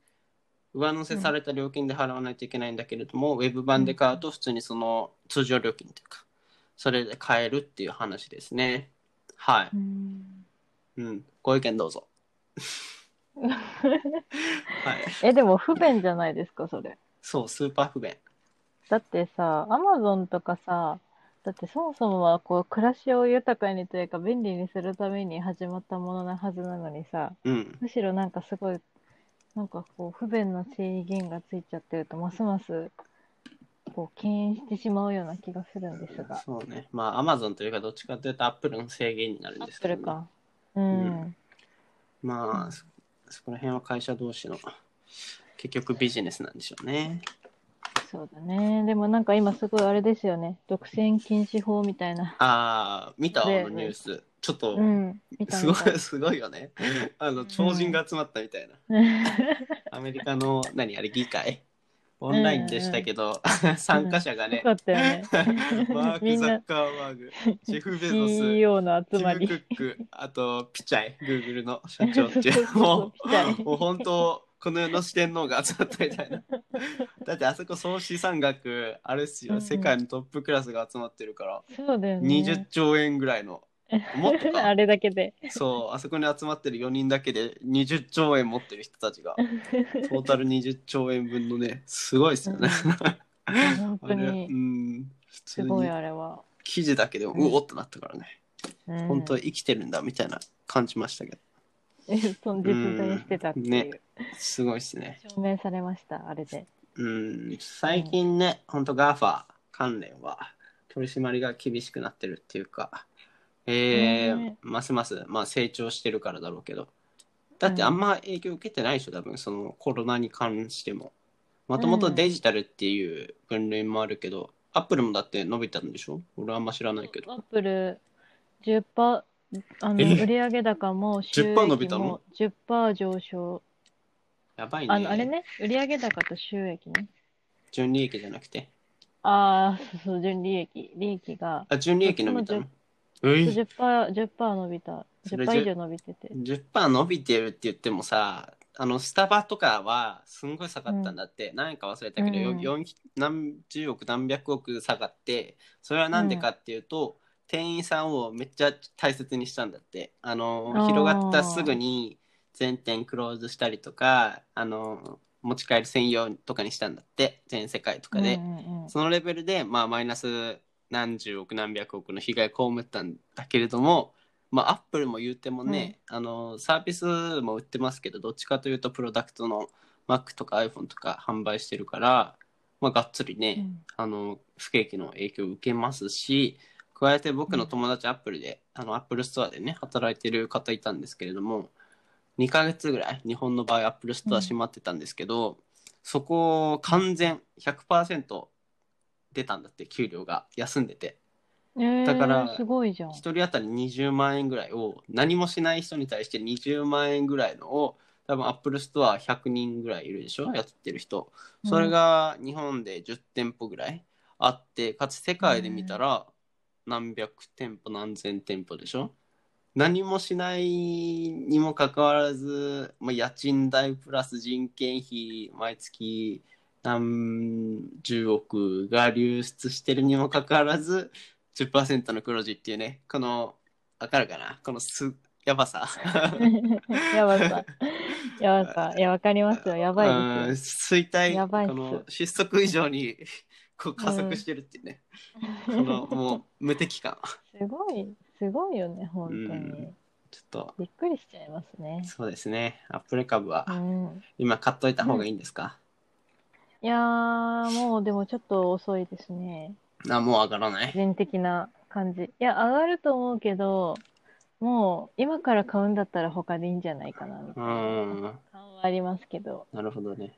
Speaker 1: 上乗せされた料金で払わないといけないんだけれども、ウェブ版で買うと普通にその通常料金というかそれで買えるっていう話ですねはい、
Speaker 2: うん
Speaker 1: うん、ご意見どう ぞはい
Speaker 2: え、でも不便じゃないですか、それ。
Speaker 1: そう、スーパー不便。
Speaker 2: だってさ、アマゾンとかさ、だってそもそもはこう暮らしを豊かにというか便利にするために始まったものなはずなのにさ、
Speaker 1: うん。
Speaker 2: むしろなんかすごい、なんかこう不便な制限がついちゃってると、ますますこう敬遠してしまうような気がするんですが。
Speaker 1: そうね。まあ、アマゾンというか、どっちかというと、アップルの制限になるん
Speaker 2: ア
Speaker 1: です
Speaker 2: ッ
Speaker 1: けど、
Speaker 2: プル
Speaker 1: ね。
Speaker 2: か。う。
Speaker 1: うんまあ、そそこら辺は会社同士の、結局ビジネスなんでしょうね。
Speaker 2: そうだね。でもなんか今すごいあれですよね。独占禁止法みたいな。
Speaker 1: ああ、見たあ
Speaker 2: で
Speaker 1: のニュース。ちょっと
Speaker 2: う、ん。見た
Speaker 1: すご
Speaker 2: 見た
Speaker 1: い、すごいよね。あの、超人が集まったみたいな。 アメリカの、何あれ、議会オンラインでしたけど、参加者が
Speaker 2: よ
Speaker 1: ね
Speaker 2: か、ったよね
Speaker 1: 。マー
Speaker 2: み
Speaker 1: ク・
Speaker 2: ん
Speaker 1: ザ
Speaker 2: な
Speaker 1: ッカーバーグ、シェフ・ベゾス、
Speaker 2: CEO の集
Speaker 1: テ
Speaker 2: ま
Speaker 1: ィム・
Speaker 2: り。
Speaker 1: クック、あと、ピチャイ、グーグルの社長ってい
Speaker 2: そうそう
Speaker 1: う、
Speaker 2: そう
Speaker 1: も
Speaker 2: ピチャ
Speaker 1: う、
Speaker 2: イ
Speaker 1: もう本当、この世の四天王が集まったみたい な。だって、あそこ総資産額、あれっすよ、
Speaker 2: うん
Speaker 1: 世界のトップクラスが集まってるから、
Speaker 2: そうだよ
Speaker 1: 20
Speaker 2: ね。
Speaker 1: 兆円ぐらいの、もっと
Speaker 2: あ
Speaker 1: か、
Speaker 2: れだ けで。
Speaker 1: そう、あそこに集まってる4人だけで20兆円持ってる人たちが、トータル20兆円分のね、すごいっすよね。
Speaker 2: 本
Speaker 1: あ
Speaker 2: 当
Speaker 1: れ、う
Speaker 2: に、
Speaker 1: ん、普通
Speaker 2: すごい
Speaker 1: に
Speaker 2: あれは。
Speaker 1: 記事だけでも、
Speaker 2: うん
Speaker 1: うおっとなったからね。
Speaker 2: うん
Speaker 1: 本当生きてるんだみたいな感じましたけど。
Speaker 2: え その実在してたっていう、
Speaker 1: ねすごいっすね。
Speaker 2: 証明されました、あれで。
Speaker 1: うん、最近ね、ほんと GAFA 関連は取り締まりが厳しくなってるっていうか、えー
Speaker 2: ね
Speaker 1: ますます、まあ、成長してるからだろうけど、だってあんま影響受けてないでしょ、多分そのコロナに関しても。もともとデジタルっていう分類もあるけど、アップルもだって伸びたんでしょ俺あんま知らないけど。
Speaker 2: アップル10%あの
Speaker 1: え
Speaker 2: 売上高も収益
Speaker 1: 10%
Speaker 2: も
Speaker 1: 伸びたの
Speaker 2: 10%上昇。
Speaker 1: やばいね。
Speaker 2: あの、あれね、売上高と収益ね。
Speaker 1: 純利益じゃなくて。
Speaker 2: ああ、そうそう、純利益。利益が
Speaker 1: あ、純利益伸びたの
Speaker 2: どっ。
Speaker 1: えい
Speaker 2: 10%、10%伸びた。
Speaker 1: それ
Speaker 2: 10%以上伸びてて。
Speaker 1: 10%伸びてるって言ってもさあのスタバとかはすんごい下がったんだって、何か忘れたけど、よ
Speaker 2: うん
Speaker 1: 4何十億何百億下がってそれはなんでかっていうと、店員さんをめっちゃ大切にしたんだってあの
Speaker 2: あー
Speaker 1: 広がったすぐに全店クローズしたりとかあの持ち帰り専用とかにしたんだって全世界とかで、
Speaker 2: うんうんうん
Speaker 1: そのレベルで、まあ、マイナス何十億何百億の被害被ったんだけれども、まあ、アップルも言うてもね、あのサービスも売ってますけどどっちかというとプロダクトの Mac とか iPhone とか販売してるから、まあ、がっつりね、
Speaker 2: うん
Speaker 1: あの不景気の影響を受けますし加えて僕の友達アップルで、あのアップルストアでね働いてる方いたんですけれども2ヶ月ぐらい日本の場合アップルストア閉まってたんですけど、そこを完全100%出たんだって給料が休んでて
Speaker 2: えー
Speaker 1: だから
Speaker 2: すごいじゃん
Speaker 1: 1。人当たり20万円ぐらいを何もしない人に対して20万円ぐらいのを多分アップルストア100人ぐらいいるでしょやってる人それが日本で10店舗ぐらいあってかつ世界で見たら何百店舗何千店舗でしょ何もしないにもかかわらず、まあ、家賃代プラス人件費毎月何十億が流出してるにもかかわらず10%の黒字っていうねこのわかるかなこのすやばさ
Speaker 2: やばさ。やばさ。いや、わかりますよ。やばいです
Speaker 1: う
Speaker 2: よ。
Speaker 1: ん衰退
Speaker 2: やばいっす
Speaker 1: この失速以上にこう加速してるっていうね、このもう無敵感
Speaker 2: すごい、すごいよね、本当
Speaker 1: う
Speaker 2: に
Speaker 1: ん。ちょっと
Speaker 2: びっくりしちゃいますね。
Speaker 1: そうですねアップル株は
Speaker 2: うん、
Speaker 1: 今買っといた方がいいんですか、
Speaker 2: いやー、もうでもちょっと遅いですね。
Speaker 1: あもう上がらない
Speaker 2: 人的な感じ。いや、上がると思うけど、もう今から買うんだったら他でいいんじゃないかな、みた
Speaker 1: う
Speaker 2: いな
Speaker 1: ーん
Speaker 2: 感はありますけど。
Speaker 1: なるほどね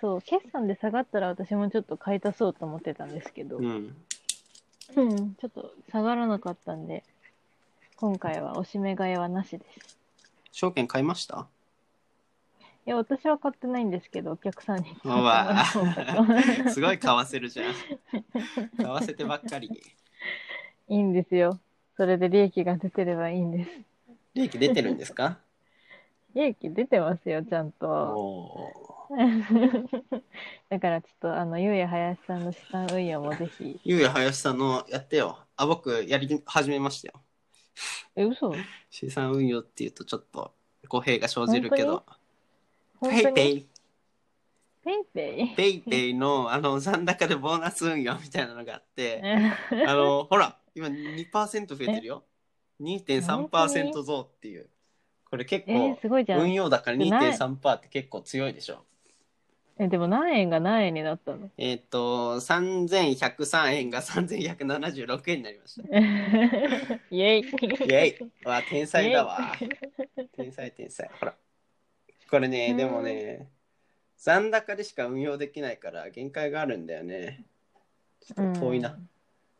Speaker 2: そう、決算で下がったら私もちょっと買い足そうと思ってたんですけど、
Speaker 1: うん
Speaker 2: うん、ちょっと下がらなかったんで、今回はおしめ買いはなしです。
Speaker 1: 証券買いました
Speaker 2: いや、私は買ってないんですけど、お客さんに買っ
Speaker 1: う
Speaker 2: てもら
Speaker 1: わ
Speaker 2: おうとか
Speaker 1: すごい買わせるじゃん買わせてばっかり
Speaker 2: いいんですよ。それで利益が出てればいいんです。
Speaker 1: 利益出てるんですか
Speaker 2: 利益出てますよ、ちゃん
Speaker 1: お
Speaker 2: と。
Speaker 1: おー
Speaker 2: だからちょっと、あの、ゆうや林さんの資産運用もぜひ。
Speaker 1: ゆうや林さんのやってよあ僕やり始めましたよ
Speaker 2: え、嘘
Speaker 1: 資産運用っていうとちょっと語弊が生じるけど
Speaker 2: 本
Speaker 1: ペ
Speaker 2: 当
Speaker 1: イ
Speaker 2: に
Speaker 1: ペイ
Speaker 2: ペイペイ
Speaker 1: ペイペイのあの残高でボーナス運用みたいなのがあって、
Speaker 2: え
Speaker 1: あのほら、今2%増えてるよ。2.3%増っていう。これ結構
Speaker 2: ー、、すごいじゃ
Speaker 1: 運
Speaker 2: ん。
Speaker 1: 用高
Speaker 2: ない
Speaker 1: 2.3%って結構強いでしょ。
Speaker 2: え、でも何円が何円になったの
Speaker 1: えっ、と、3103円が3176円になりました。
Speaker 2: イェイ。イ
Speaker 1: イェイわ、天才だわ。天才天才。ほら。これね、でもね、残高でしか運用できないから限界があるんだよね。ちょっと遠いな。
Speaker 2: うん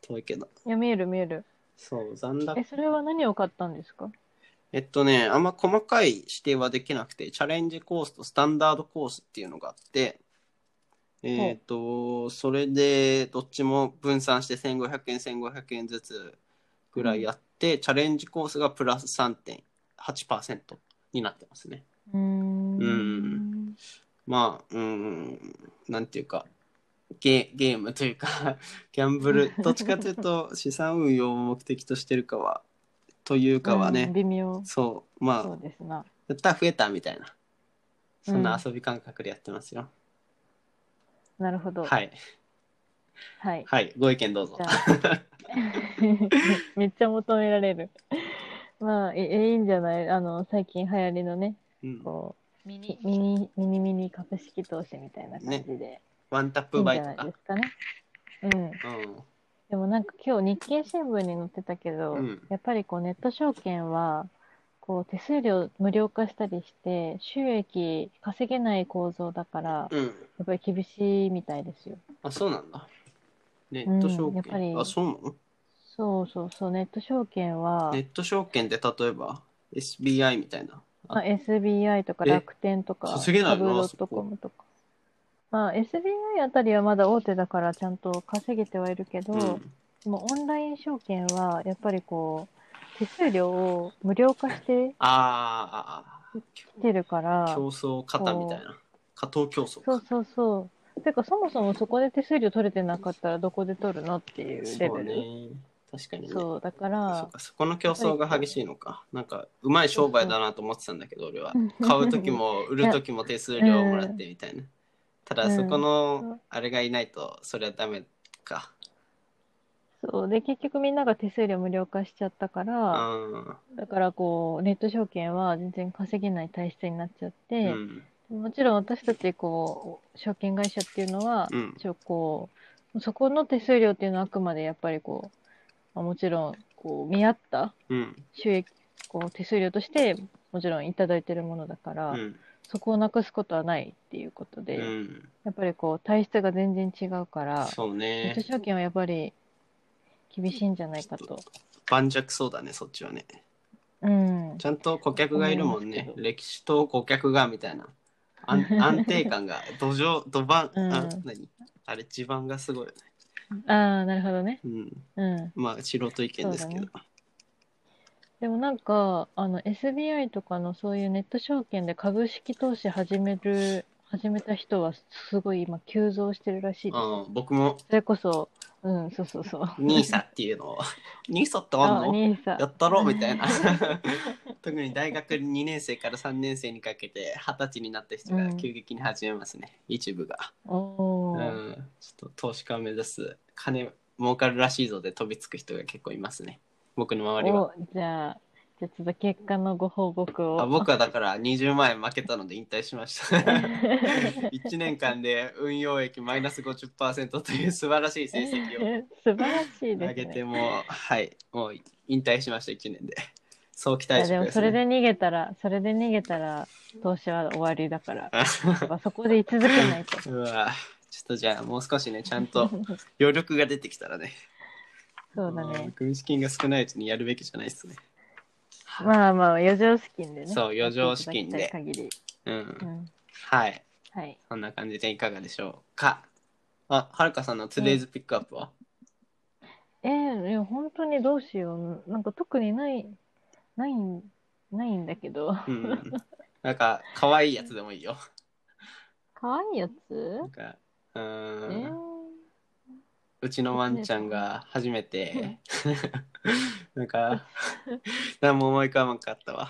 Speaker 1: 遠いけど。
Speaker 2: いや、見える見える。
Speaker 1: そう、残高
Speaker 2: え、。それは何を買ったんですか
Speaker 1: えっとね、あんま細かい指定はできなくて、チャレンジコースとスタンダードコースっていうのがあって、えっ、と、それでどっちも分散して1500円、1500円ずつぐらいやって、チャレンジコースがプラス3.8%になってますね。
Speaker 2: うーん
Speaker 1: うんまあ、うーん、なんていうか、ゲゲームというか、 ギャンブル、どっちかというと資産運用を目的としてるかは、というかは
Speaker 2: うん
Speaker 1: ね、
Speaker 2: 微妙。
Speaker 1: そう、まあ、
Speaker 2: そうですな。
Speaker 1: やったら増えたみたいな。そんな遊び感覚でやってますよ。
Speaker 2: なるほど。
Speaker 1: はい。
Speaker 2: はい。
Speaker 1: はい。ご意見どうぞ
Speaker 2: じゃ。あめっちゃ求められる。 まあ、いいいいんじゃないあの、最近流行りのね、
Speaker 1: うん、
Speaker 2: こ
Speaker 3: ミ
Speaker 2: う、
Speaker 3: ニ
Speaker 2: ミミニ、ミニミニ株式投資みたいな感じで、
Speaker 1: ワンタッ
Speaker 2: いい
Speaker 1: プ
Speaker 2: んじ
Speaker 1: バ
Speaker 2: ゃ
Speaker 1: イと
Speaker 2: ない
Speaker 1: か
Speaker 2: で。すかね。うん。でもなんか今日日経新聞に載ってたけど、
Speaker 1: うん
Speaker 2: やっぱりこうネット証券は、こう手数料無料化したりして、収益稼げない構造だから、
Speaker 1: うん。うん。
Speaker 2: やっぱり厳しいみたいですよ。
Speaker 1: あ、そうなんだ。ネット証
Speaker 2: うんやっぱ
Speaker 1: 券。
Speaker 2: り
Speaker 1: あ、そうなの
Speaker 2: そうそうそう、ネット証券は
Speaker 1: ネ、ット証券で例えば SBI みたいな。
Speaker 2: まあ、SBI とか
Speaker 1: え
Speaker 2: 楽天とか、
Speaker 1: 稼げない
Speaker 2: 株
Speaker 1: の
Speaker 2: ド
Speaker 1: あ
Speaker 2: ッ
Speaker 1: そこ
Speaker 2: トコムとか。まあ、SBI あたりはまだ大手だからちゃんと稼げてはいるけど、
Speaker 1: うん。
Speaker 2: でもオンライン証券はやっぱりこう、手数料を無料化して
Speaker 1: あーあー
Speaker 2: きてるか
Speaker 1: あー、
Speaker 2: ら、
Speaker 1: 競争型みたいな。加藤競争か。
Speaker 2: そうそうそう。てか、そもそもそこで手数料取れてなかったらどこで取るのっていうレ
Speaker 1: そ
Speaker 2: ベ
Speaker 1: う
Speaker 2: ル。
Speaker 1: ね。確かにね。
Speaker 2: そうだか
Speaker 1: そ
Speaker 2: ら
Speaker 1: う、かそこの競争が激しいのか。なんか、うまい商売だなと思ってたんだけど、俺は
Speaker 2: うん。
Speaker 1: 買うときも売るときも手数料をもらってみたいな。ただ、そこ
Speaker 2: う
Speaker 1: の
Speaker 2: ん、
Speaker 1: あれがいないと、それはダメか。
Speaker 2: そう。で、結局みんなが手数料無料化しちゃったから、
Speaker 1: あ
Speaker 2: だからこう、ネット証券は全然稼げない体質になっちゃっ
Speaker 1: ーう
Speaker 2: て、
Speaker 1: ん。
Speaker 2: もちろん私たちこう、証券会社っていうのは
Speaker 1: うん、
Speaker 2: 一応こう、そこの手数料っていうのはあくまでやっぱりこう、まあもちろん、こう、見合った
Speaker 1: うん。
Speaker 2: 収益、こう、手数料として、もちろんいただいてるものだから、
Speaker 1: うん。
Speaker 2: そこをなくすことはないっていうこと
Speaker 1: う
Speaker 2: で、
Speaker 1: ん。
Speaker 2: やっぱりこう体質が全然違うから、
Speaker 1: そう
Speaker 2: ネ
Speaker 1: ね
Speaker 2: ット。証券はやっぱり厳しいんじゃないか
Speaker 1: ちょ
Speaker 2: と
Speaker 1: っ。盤石そうだね、そっちはね。
Speaker 2: うん。
Speaker 1: ちゃんと顧客がいるもん
Speaker 2: 思いま
Speaker 1: ね
Speaker 2: す。け
Speaker 1: 歴史と顧客がみたいな。 安安定感が、土壌、土盤、あ
Speaker 2: うん、
Speaker 1: 何あれ、地盤がすごいよね。
Speaker 2: ああ、なるほどね。
Speaker 1: うん。
Speaker 2: うん。
Speaker 1: まあ、素人意見ですけど。
Speaker 2: そうでもなんか、あの SBI とかのそういうネット証券で株式投資始める、始めた人はすごい今急増してるらしいです。
Speaker 1: うん、僕も
Speaker 2: それこそ、うん、そうそうそう。
Speaker 1: ニーサって いうのをニーサってあ
Speaker 2: あ、
Speaker 1: んの
Speaker 2: 兄さん
Speaker 1: や。ったろみたい な特に大学2年生から3年生にかけて二十歳になった人が急激に始めますね、一部が、う
Speaker 2: お
Speaker 1: ん
Speaker 2: ー。
Speaker 1: ちょっと投資家を目指す金儲かるらしいぞで飛びつく人が結構いますね僕の周りは
Speaker 2: お、じゃあ、じゃあちょっと結果のご報告を。
Speaker 1: あ僕はだから20万円負けたので引退しました 1年間で運用益マイナス50%という素晴らしい成績を
Speaker 2: 素晴らしい
Speaker 1: 投
Speaker 2: です
Speaker 1: げ
Speaker 2: ね。
Speaker 1: ても、はい、もう引退しました、1年で。そう期
Speaker 2: い
Speaker 1: 待し
Speaker 2: や
Speaker 1: て
Speaker 2: で
Speaker 1: く
Speaker 2: も
Speaker 1: だ
Speaker 2: そ
Speaker 1: さ
Speaker 2: れ
Speaker 1: い
Speaker 2: で
Speaker 1: ね。
Speaker 2: 逃げたら、それで逃げたら、投資は終わりだから、やっぱそこで居続けないと。
Speaker 1: うわちょっとじゃあもう少しね、ちゃん と余力が出てきたらね。
Speaker 2: そうだ
Speaker 1: ん
Speaker 2: ね。
Speaker 1: 軍資金が少ないうちにやるべきじゃないですね。
Speaker 2: まあまあ、余剰資金でね。
Speaker 1: そう余剰資金で
Speaker 2: やっていただきたい限り。
Speaker 1: うん。
Speaker 2: うん。
Speaker 1: はい。
Speaker 2: はい。
Speaker 1: そんな感じでいかがでしょうか。あ、はるかさんの Today's Pick Up は、
Speaker 2: えー、いや本当にどうしよう。なんか特にない、ない、ないんだけど。
Speaker 1: うん、なんか、可愛いやつでもいいよ。
Speaker 2: 可愛いやつ
Speaker 1: なんか、う
Speaker 2: え
Speaker 1: ん。
Speaker 2: ー、
Speaker 1: うちのワンちゃんが初めて、 なんか、 何も思い浮かばんかったわ。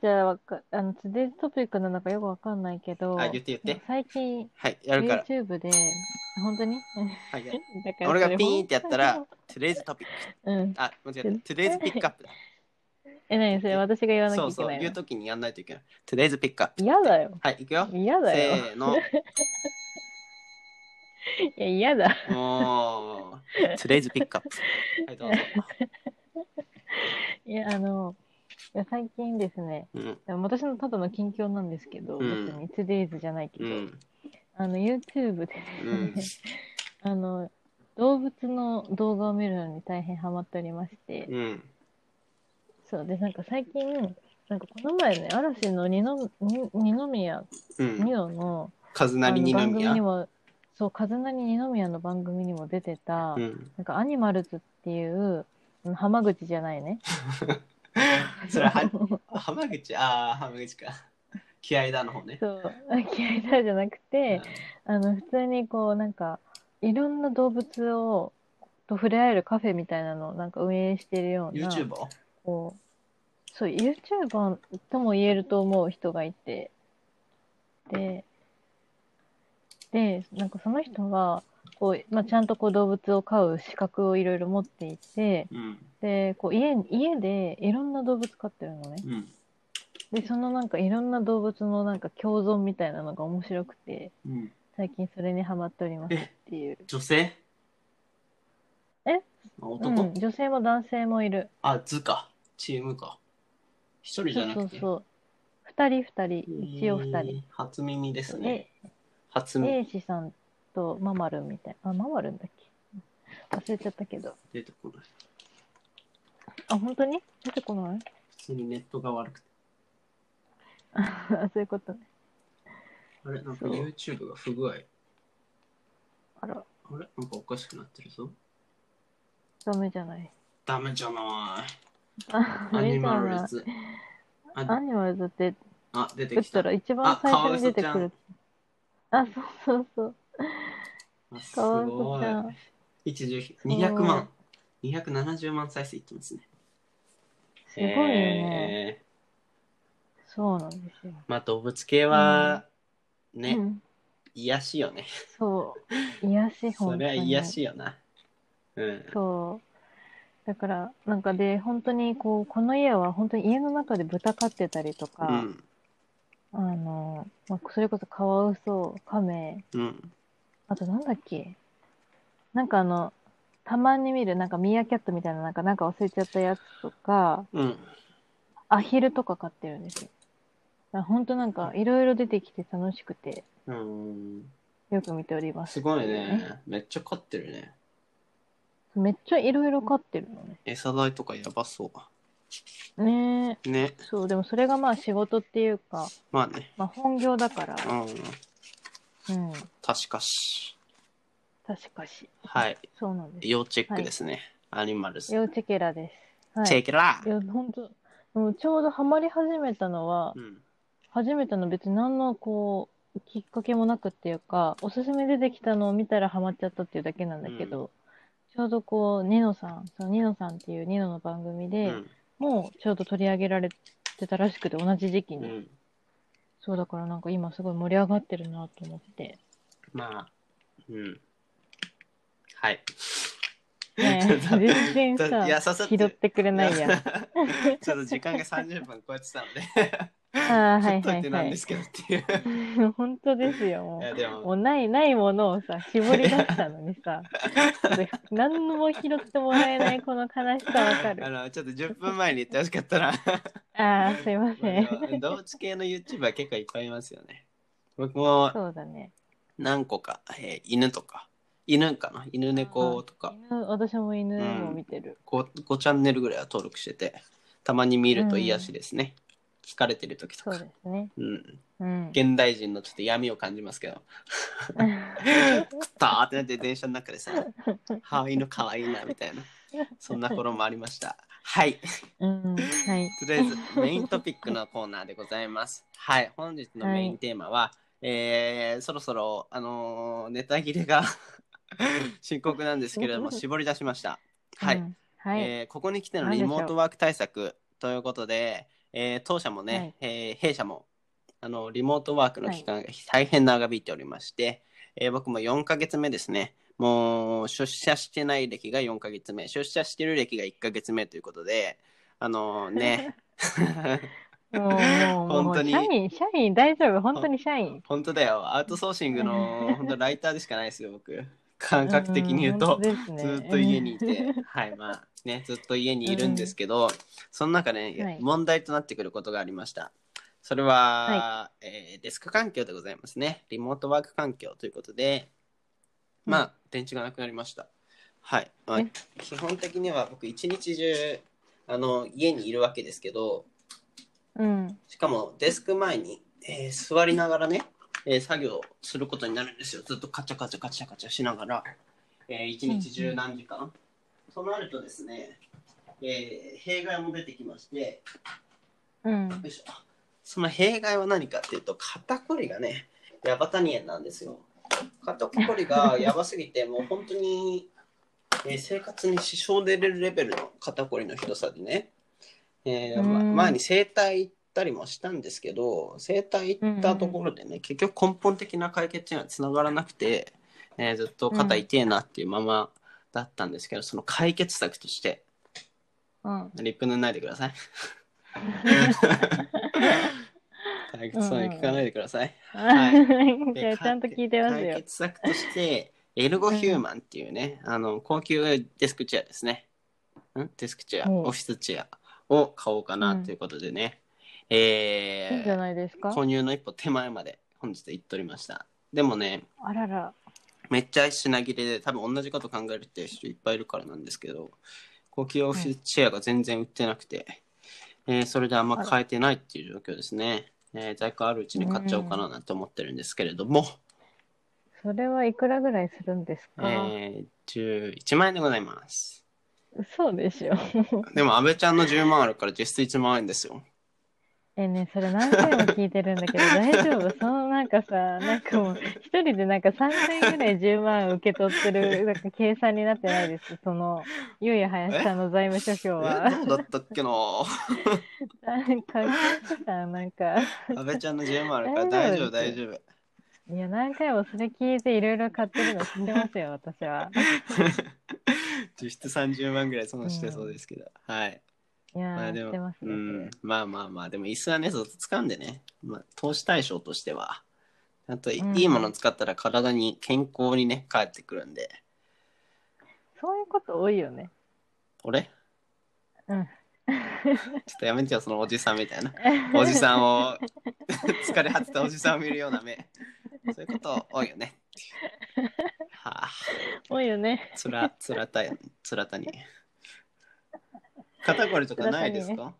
Speaker 2: じゃあわか、あの、トゥデイズトピックなのかよくわかんないけど、
Speaker 1: あ、言って言って。
Speaker 2: 最近、
Speaker 1: はい、やるから。
Speaker 2: YouTube で、本当に
Speaker 1: はい、や
Speaker 2: だから
Speaker 1: 俺
Speaker 2: それ
Speaker 1: がピーンってやったら
Speaker 2: 本、
Speaker 1: Today's Topic。
Speaker 2: 当に、うん。
Speaker 1: あ、間違えた。Today's Pickup
Speaker 2: え、何それ私が言わ
Speaker 1: だ。
Speaker 2: なきゃ
Speaker 1: そうそ
Speaker 2: いけ
Speaker 1: う、
Speaker 2: ない
Speaker 1: 言う
Speaker 2: の
Speaker 1: ときにやんないといけない。Today's Pickup。
Speaker 2: 嫌だよ。
Speaker 1: はい、いくよ。
Speaker 2: 嫌だ
Speaker 1: せ
Speaker 2: よ。
Speaker 1: ーの。
Speaker 2: いや、嫌だ。
Speaker 1: もう、Today's Pickup。はい、どうぞ。
Speaker 2: いや、あの、いや最近ですね、
Speaker 1: うん、
Speaker 2: でも私のただの近況なんですけど、
Speaker 1: うん
Speaker 2: 別に 2days じゃないけ
Speaker 1: う
Speaker 2: ど、
Speaker 1: ん、
Speaker 2: あの、YouTube で、
Speaker 1: うん。
Speaker 2: あの、動物の動画を見るのに大変ハマっておりまして、
Speaker 1: うん、
Speaker 2: そうで、なんか最近、なんかこの前ね、嵐の二の二二宮
Speaker 1: うん
Speaker 2: 美。桜の
Speaker 1: カズナ
Speaker 2: あ
Speaker 1: リ
Speaker 2: の
Speaker 1: 二
Speaker 2: 番組
Speaker 1: 宮。
Speaker 2: にも、そう、カズナリ二宮の番組にも出てた、
Speaker 1: うん。
Speaker 2: なんかアニマルズっていう、あの浜口じゃないね。
Speaker 1: それは、浜口、ああ、浜口か。気合だの方ね。
Speaker 2: そう、 嫌いだじゃなくて、あの、普通にこう、なんか、いろんな動物を、と触れ合えるカフェみたいなのをなんか運営してるような、
Speaker 1: YouTuber?
Speaker 2: こう、そう、YouTuber とも言えると思う人がいて、で、で、なんかその人は、こう、まあ、ちゃんとこう動物を飼う資格をいろいろ持っていて、
Speaker 1: うん。
Speaker 2: で、こう家、家でいろんな動物飼ってるのね。
Speaker 1: うん。
Speaker 2: で、そのなんかいろんな動物のなんか共存みたいなのが面白くて、
Speaker 1: うん。
Speaker 2: 最近それにハマっておりますっ
Speaker 1: え、
Speaker 2: ていう。
Speaker 1: 女性
Speaker 2: え
Speaker 1: あ
Speaker 2: う
Speaker 1: 男、
Speaker 2: ん、女性も男性もいる。
Speaker 1: あ、図か。チームか。一人じ
Speaker 2: そ
Speaker 1: ゃ
Speaker 2: う
Speaker 1: な
Speaker 2: そ
Speaker 1: く
Speaker 2: う
Speaker 1: て。
Speaker 2: そう。二人二人、一応二
Speaker 1: え
Speaker 2: 人。
Speaker 1: ー初耳ですね
Speaker 2: で。、
Speaker 1: 初耳。
Speaker 2: A 氏さんとママルンみたい。あ、ママルンだっけ忘れちゃったけど。
Speaker 1: 出てこない。
Speaker 2: あ、本当に出てこない
Speaker 1: 普通にネットが悪くて。
Speaker 2: そういうことね。
Speaker 1: あれなんか
Speaker 2: そう
Speaker 1: YouTube が不具合。あれ
Speaker 2: あら、
Speaker 1: なんかおかしくなってるぞ。
Speaker 2: ダメじゃない。
Speaker 1: ダメじゃない。
Speaker 2: あ
Speaker 1: アニマル
Speaker 2: な。
Speaker 1: ズ。
Speaker 2: ア
Speaker 1: あ、
Speaker 2: ニマルズって
Speaker 1: あ出て
Speaker 2: 打っ
Speaker 1: きた
Speaker 2: た。ら一番最初に出てくる。あ、そうそうそう。
Speaker 1: あす
Speaker 2: カワウソ
Speaker 1: ごい
Speaker 2: ちゃ。ん。
Speaker 1: 一十
Speaker 2: ごい
Speaker 1: 200万。270万再生いってますね。
Speaker 2: すごいよ
Speaker 1: へ
Speaker 2: ね。
Speaker 1: ー
Speaker 2: そうなんですよ。
Speaker 1: まあ動物系は、ね、
Speaker 2: うん、
Speaker 1: 癒しよね。
Speaker 2: そう。癒し、
Speaker 1: そ
Speaker 2: 本当
Speaker 1: れは
Speaker 2: に。
Speaker 1: 癒しよな。うん。
Speaker 2: そう。だから、なんかで、本当に、こう、この家は、本当に家の中で豚飼ってたりとか、
Speaker 1: うん。
Speaker 2: あの、まあ、それこそカワウソ、カメ、
Speaker 1: うん。
Speaker 2: あとなんだっけなんかあの、たまに見る、なんかミーアキャットみたいな、なんか、なんか忘れちゃったやつとか、
Speaker 1: うん。
Speaker 2: アヒルとか飼ってるんですよ。だから本当なんか、いろいろ出てきて楽しくて、
Speaker 1: うん。
Speaker 2: よく見ております。
Speaker 1: すごいね。めっちゃ飼ってるね。
Speaker 2: めっちゃいろいろ飼ってるのね。
Speaker 1: 餌代とかやばそ
Speaker 2: ねえ。
Speaker 1: う。ね。
Speaker 2: そう、でもそれがまあ仕事っていうか、
Speaker 1: まあね。
Speaker 2: まあ本業だから、
Speaker 1: うん。
Speaker 2: うん、
Speaker 1: 確かし。
Speaker 2: 確かし。
Speaker 1: はい。
Speaker 2: そうなんです。
Speaker 1: 要チェックですね。アニマルズ。
Speaker 2: ヨチェケラです。はい。
Speaker 1: チェックラ
Speaker 2: いや、本当もうちょうどハマり始めたのは
Speaker 1: う、ん。
Speaker 2: 始めたの別に何のこう、きっかけもなくっていうか、おすすめ出てきたのを見たらハマっちゃったっていうだけなんだけど、ちょうどこう、ニノさん、そのニノさんっていうニノの番組
Speaker 1: う
Speaker 2: で、
Speaker 1: ん。
Speaker 2: もうちょうど取り上げられてたらしくて、同じ時期
Speaker 1: う
Speaker 2: に。
Speaker 1: ん。
Speaker 2: そうだからなんか今すごい盛り上がってるなと思って。
Speaker 1: まあ。うん。はい。
Speaker 2: ね
Speaker 1: ちょっと
Speaker 2: 全然さ
Speaker 1: いや刺さって
Speaker 2: 拾ってくれないやん。
Speaker 1: ちょっと時間が30分超えてたので。
Speaker 2: ああ、は
Speaker 1: ほ
Speaker 2: い
Speaker 1: っと
Speaker 2: はいい
Speaker 1: てな
Speaker 2: は
Speaker 1: んで
Speaker 2: い。
Speaker 1: すけどっていう。
Speaker 2: 本当ですよ、も。
Speaker 1: いうや、でも
Speaker 2: も。うないないものをさ、絞り出したのに さ、何も拾ってもらえないこの悲しさわ か
Speaker 1: あ
Speaker 2: る。
Speaker 1: のちょっと10分前に言ってほしかったな。
Speaker 2: ああ、すいません。
Speaker 1: 動物系の YouTuber 結構いっぱいいますよね。僕も
Speaker 2: そうだね。
Speaker 1: 何個か、えー犬とか、犬かな、犬猫とか
Speaker 2: 犬、私も犬も見てる。
Speaker 1: 5、5チャンネルぐらいは登録してて、たまに見ると癒しですね。疲れてる時と
Speaker 2: そう
Speaker 1: か
Speaker 2: で。すね。
Speaker 1: うん、
Speaker 2: うん。
Speaker 1: 現代人のちょっと闇を感じますけ ど、くったーってなって電車の中 でさ、ハワイの可愛いなみたいな、そんな頃もありました。はい。
Speaker 2: うん。はい。
Speaker 1: とりあえずメイントピックのコーナーでございます。 はい、本日のメインテーマは、えーそろそろあのーネタ切れが 深刻なんですけれど も絞り出しました。はい、
Speaker 2: うん。はい。
Speaker 1: えーここに来ての
Speaker 2: 何
Speaker 1: リ
Speaker 2: でしょう
Speaker 1: モートワーク対策ということで、えー当社もね、
Speaker 2: はい
Speaker 1: えー弊社もあのリモートワークの期間が大変長引いておりまして、えー僕も4ヶ月目ですねもう出社してない歴が4ヶ月目出社してる歴が1ヶ月目ということであの ね
Speaker 2: もう、もう、も
Speaker 1: 本当
Speaker 2: う、
Speaker 1: に
Speaker 2: 社員、社員大丈夫。本当に社員。
Speaker 1: 本当だよアウトソーシングの 本当ライターでしかないですよ僕感覚的に言うと。
Speaker 2: ん本当ですね
Speaker 1: ずっと家にい て、はい、まあね、ずっと家にいるんですけど、その中で、
Speaker 2: はい
Speaker 1: 問題となってくることがありました。それは、えーデスク環境でございますね。リモートワーク環境ということで、まあ、
Speaker 2: うん
Speaker 1: 電池がなくなりました。はい。まあ
Speaker 2: え
Speaker 1: 基本的には僕、一日中、あの、家にいるわけですけど、
Speaker 2: うん。
Speaker 1: しかもデスク前に、えー座りながらね、えー作業することになるんですよ。ずっとカチャカチャカチャカチャしながら、えー一日中何時間、そうなるとですね、えー弊害も出てきまして、
Speaker 2: うん
Speaker 1: よ。いしょその弊害は何かっていうと、肩こりがね、ヤバタニエンなんですよ。肩こり がやばすぎて、もう本当に、えー生活に支障出るレベルの肩こりのひどさでね、えーま
Speaker 2: うん
Speaker 1: 前に整体行ったりもしたんですけど整体行ったところでね、結局根本的な解決にはつながらなくて、ね、ずっと肩痛えなっていうままだったんですけど、その解決策として
Speaker 2: うん。
Speaker 1: リップ塗んないでください解決策聞かないでください、
Speaker 2: はい。じ
Speaker 1: で
Speaker 2: ゃあちゃんと聞いてます
Speaker 1: 解
Speaker 2: よ。
Speaker 1: 決策としてエルゴヒューマンっていうね、あの高級デスクチェアですねんデスクチェア、
Speaker 2: うん
Speaker 1: オフィスチェアを買おうかなということでね、え
Speaker 2: いいんじゃ
Speaker 1: ー、
Speaker 2: ないですか
Speaker 1: 購入の一歩手前まで本日行っておりましたでもね
Speaker 2: あらら。
Speaker 1: めっちゃ品切れで多分同じこと考えるっていう人いっぱいいるからなんですけど高級オフィスチェアが全然売ってなくて、えーそれであんま買えてないっていう状況ですね、えー在庫あるうちに買っちゃおうかななんて思ってるんですけれども、
Speaker 2: それはいくらぐらいするんですか、
Speaker 1: えー、11万円でございます
Speaker 2: 嘘でしょ。
Speaker 1: でも安倍ちゃんの10万あるから実質1万円ですよ
Speaker 2: えーね、それ何回も聞いてるんだけ ど、大丈夫そのなんかさ、なんかもう、一人でなんか3回ぐらい10万受け取って る、なんか計算になってないです。その、ゆうやはやしさんの財務諸表
Speaker 1: え
Speaker 2: は。
Speaker 1: どうだったっけな
Speaker 2: なんか、さ、なんか、
Speaker 1: 安倍ちゃんの10万あるから大丈夫大
Speaker 2: 大
Speaker 1: 丈夫
Speaker 2: いや、何回もそれ聞いていろいろ買ってるの知ってますよ、私は。
Speaker 1: 実質30万ぐらい損してそうですけど、はい
Speaker 2: いや
Speaker 1: まあ
Speaker 2: ー、
Speaker 1: で
Speaker 2: 知
Speaker 1: も
Speaker 2: ってます
Speaker 1: う
Speaker 2: ね。
Speaker 1: ん、まあまあまあでも椅子はねずっと掴んでね、まあ、投資対象としてはあとい
Speaker 2: うん
Speaker 1: いいもの使ったら体に健康にね返ってくるんで
Speaker 2: そういうこと多いよね。
Speaker 1: 俺
Speaker 2: うん。
Speaker 1: ちょっとやめてよそのおじさんみ たいなおじさんを 疲れ果てたおじさんを見るような目そういうこと多いよねはあ
Speaker 2: 多いよね。
Speaker 1: つらつらたいつらたに肩こりとかないです
Speaker 2: つ
Speaker 1: か、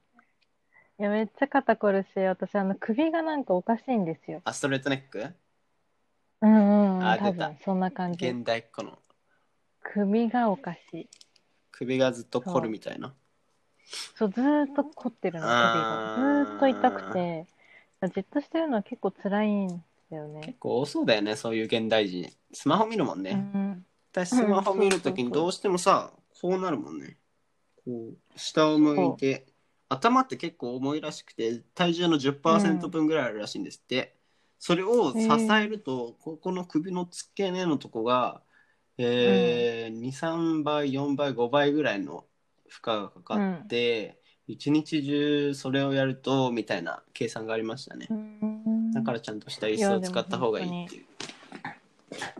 Speaker 2: いや、めっちゃ肩こるし、私、あの、首がなんかおかしいんですよ。
Speaker 1: あストレートネック
Speaker 2: うんうんうん、
Speaker 1: あ
Speaker 2: 多
Speaker 1: 出た
Speaker 2: 分、そんな感じ。
Speaker 1: 現代っ子の
Speaker 2: 首がおかしい。
Speaker 1: 首がずっと凝るみたいな
Speaker 2: そう、ずーっと凝ってるの、首が。
Speaker 1: あ
Speaker 2: ず
Speaker 1: ー
Speaker 2: ーっと痛くて、じっとしてるのは結構辛いんだよね。
Speaker 1: 結構多そうだよねそういう現代人スマホ見るもんね、
Speaker 2: うん
Speaker 1: 私スマホ見るときにどうしてもさこうなるもんねこう下を向いて頭って結構重いらしくて体重の10%分ぐらいあるらしいんですって、それを支えると、ここの首の付け根のとこが、えー23倍4倍5倍ぐらいの負荷がかかって、一日中それをやるとみたいな計算がありましたね、
Speaker 2: うん。
Speaker 1: だからちゃんとした椅子を使った方がいいっていう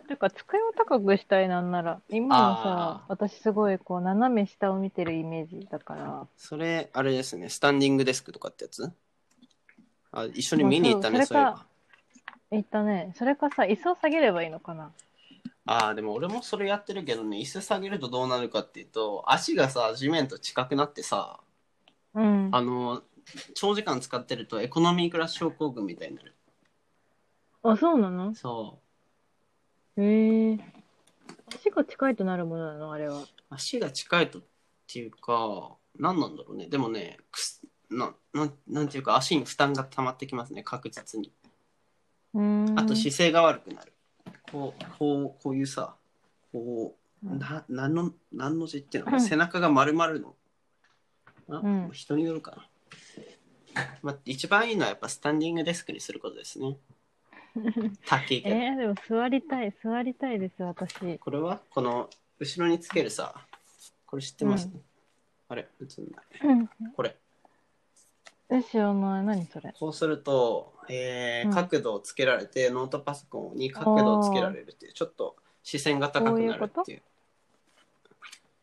Speaker 2: ていうか、机を高くしたいなんなら、今も
Speaker 1: あー、
Speaker 2: さ私すごいこう、斜め下を見てるイメージだから。
Speaker 1: それあれですねスタンディングデスクとかってやつあ一緒に見に行ったね
Speaker 2: まあ
Speaker 1: そ
Speaker 2: そうう
Speaker 1: いえば
Speaker 2: それえっとね、それかさ、椅子を下げればいいのかな
Speaker 1: ああでも俺もそれやってるけどね椅子下げるとどうなるかっていうと足がさ地面と近くなってさ
Speaker 2: うん。
Speaker 1: あの長時間使ってるとエコノミークラス症候群みたいになる
Speaker 2: あ、そうなの
Speaker 1: そ
Speaker 2: へえ。足が近いとなるものなのあれは。
Speaker 1: う足が近いとっていうか何なんだろうねでもねくすななんなんていうか足に負担が溜まってきますね確実に
Speaker 2: うーん。
Speaker 1: あと姿勢が悪くなるこうこうこういうさこう
Speaker 2: うん
Speaker 1: な何の何の字っていうの、
Speaker 2: うん
Speaker 1: 背中が丸々の、あ
Speaker 2: うん
Speaker 1: 人によるかな、まあ、一番いいのはやっぱスタンディングデスクにすることです ね高いけど、
Speaker 2: えー、でも座りたい、座りたいです、私。
Speaker 1: これはこの後ろにつけるさこれ知ってます、あれ映んないこれ
Speaker 2: え、知らない。何それ。
Speaker 1: こうすると、えー
Speaker 2: うん
Speaker 1: 角度をつけられてノートパソコンに角度をつけられるっていうちょっと視線が高くなる
Speaker 2: こ
Speaker 1: って
Speaker 2: う
Speaker 1: いう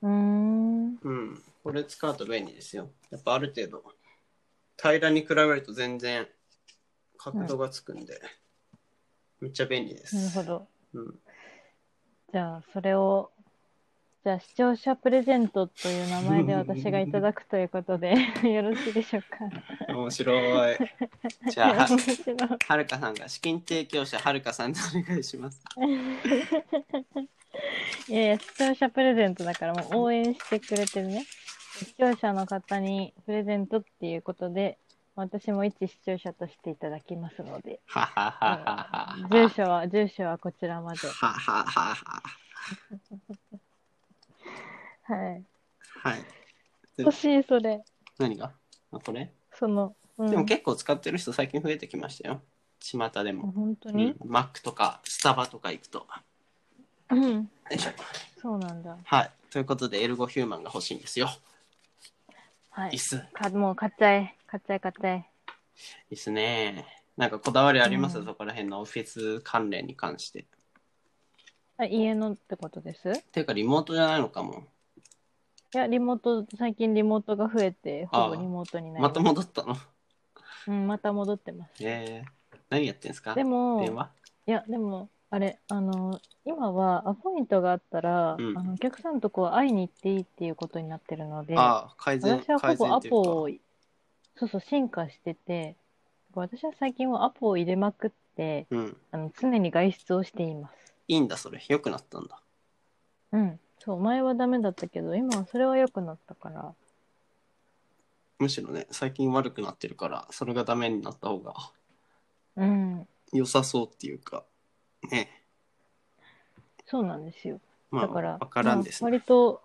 Speaker 2: うーん。
Speaker 1: うん、これ使うと便利ですよ。やっぱある程度、平らに比べると全然角度がつくんで、めっちゃ便利です。
Speaker 2: なるほど。
Speaker 1: うん、
Speaker 2: じゃあ、それを、じゃあ、視聴者プレゼントという名前で私がいただくということで、 よろしいでしょうか。
Speaker 1: 面白 い。じゃあ
Speaker 2: 面、白い。
Speaker 1: はるかさんが資金提供者はるかさんでお願いします。
Speaker 2: いやいや、視聴者プレゼントだから、もう応援してくれてるね。視聴者の方にプレゼントっていうことで、私も一視聴者としていただきますので、
Speaker 1: ははははは。
Speaker 2: 住所は、住所はこちらまで。
Speaker 1: はははは。
Speaker 2: はい。
Speaker 1: はい。
Speaker 2: 欲しい、それ。
Speaker 1: 何があこれ、
Speaker 2: その、うん、
Speaker 1: でも結構使ってる人最近増えてきましたよ。巷でも。
Speaker 2: 本当
Speaker 1: う
Speaker 2: に
Speaker 1: ん、マックとかスタバとか行くと
Speaker 2: うん。
Speaker 1: よいしょ
Speaker 2: そうなんだ。
Speaker 1: はい。ということで、エルゴヒューマンが欲しいんですよ。
Speaker 2: は
Speaker 1: 椅
Speaker 2: い。
Speaker 1: 子。
Speaker 2: かもう買っちゃえ。買っちゃえ、買っちゃえ。
Speaker 1: 椅子ね。なんかこだわりあります、
Speaker 2: うん
Speaker 1: そこら辺のオフィス関連に関して。
Speaker 2: あ家のってことですい
Speaker 1: ていうか、リモートじゃないのかも。
Speaker 2: や、リモート、最近リモートが増えて、ほぼリモートになり
Speaker 1: また戻ったの。
Speaker 2: たうん、また戻ってます。
Speaker 1: えー、何やってんですか
Speaker 2: で
Speaker 1: 電
Speaker 2: も、
Speaker 1: 話
Speaker 2: いや、でも、あれ、あの、今はアポイントがあったら、
Speaker 1: うん
Speaker 2: あのお客さんとこう会いに行っていいっていうことになってるので、
Speaker 1: ああ、改善
Speaker 2: 私はほ
Speaker 1: 改
Speaker 2: ぼ
Speaker 1: 善
Speaker 2: ア
Speaker 1: っていう
Speaker 2: ポ
Speaker 1: か
Speaker 2: を、そうそう、進化してて、私は最近はアポを入れまくって、
Speaker 1: うん。
Speaker 2: あの常に外出をしています。
Speaker 1: いいんだ、それ。良くなったんだ。
Speaker 2: うん。そう、前はダメだったけど、今はそれは良くなったから。
Speaker 1: むしろね、最近悪くなってるから、それがダメになった方が
Speaker 2: うん。
Speaker 1: 良さそうっていうか、ね。
Speaker 2: そうなんですよ。
Speaker 1: まあ、
Speaker 2: だから、
Speaker 1: わからんです
Speaker 2: まあ
Speaker 1: ね。
Speaker 2: 割と、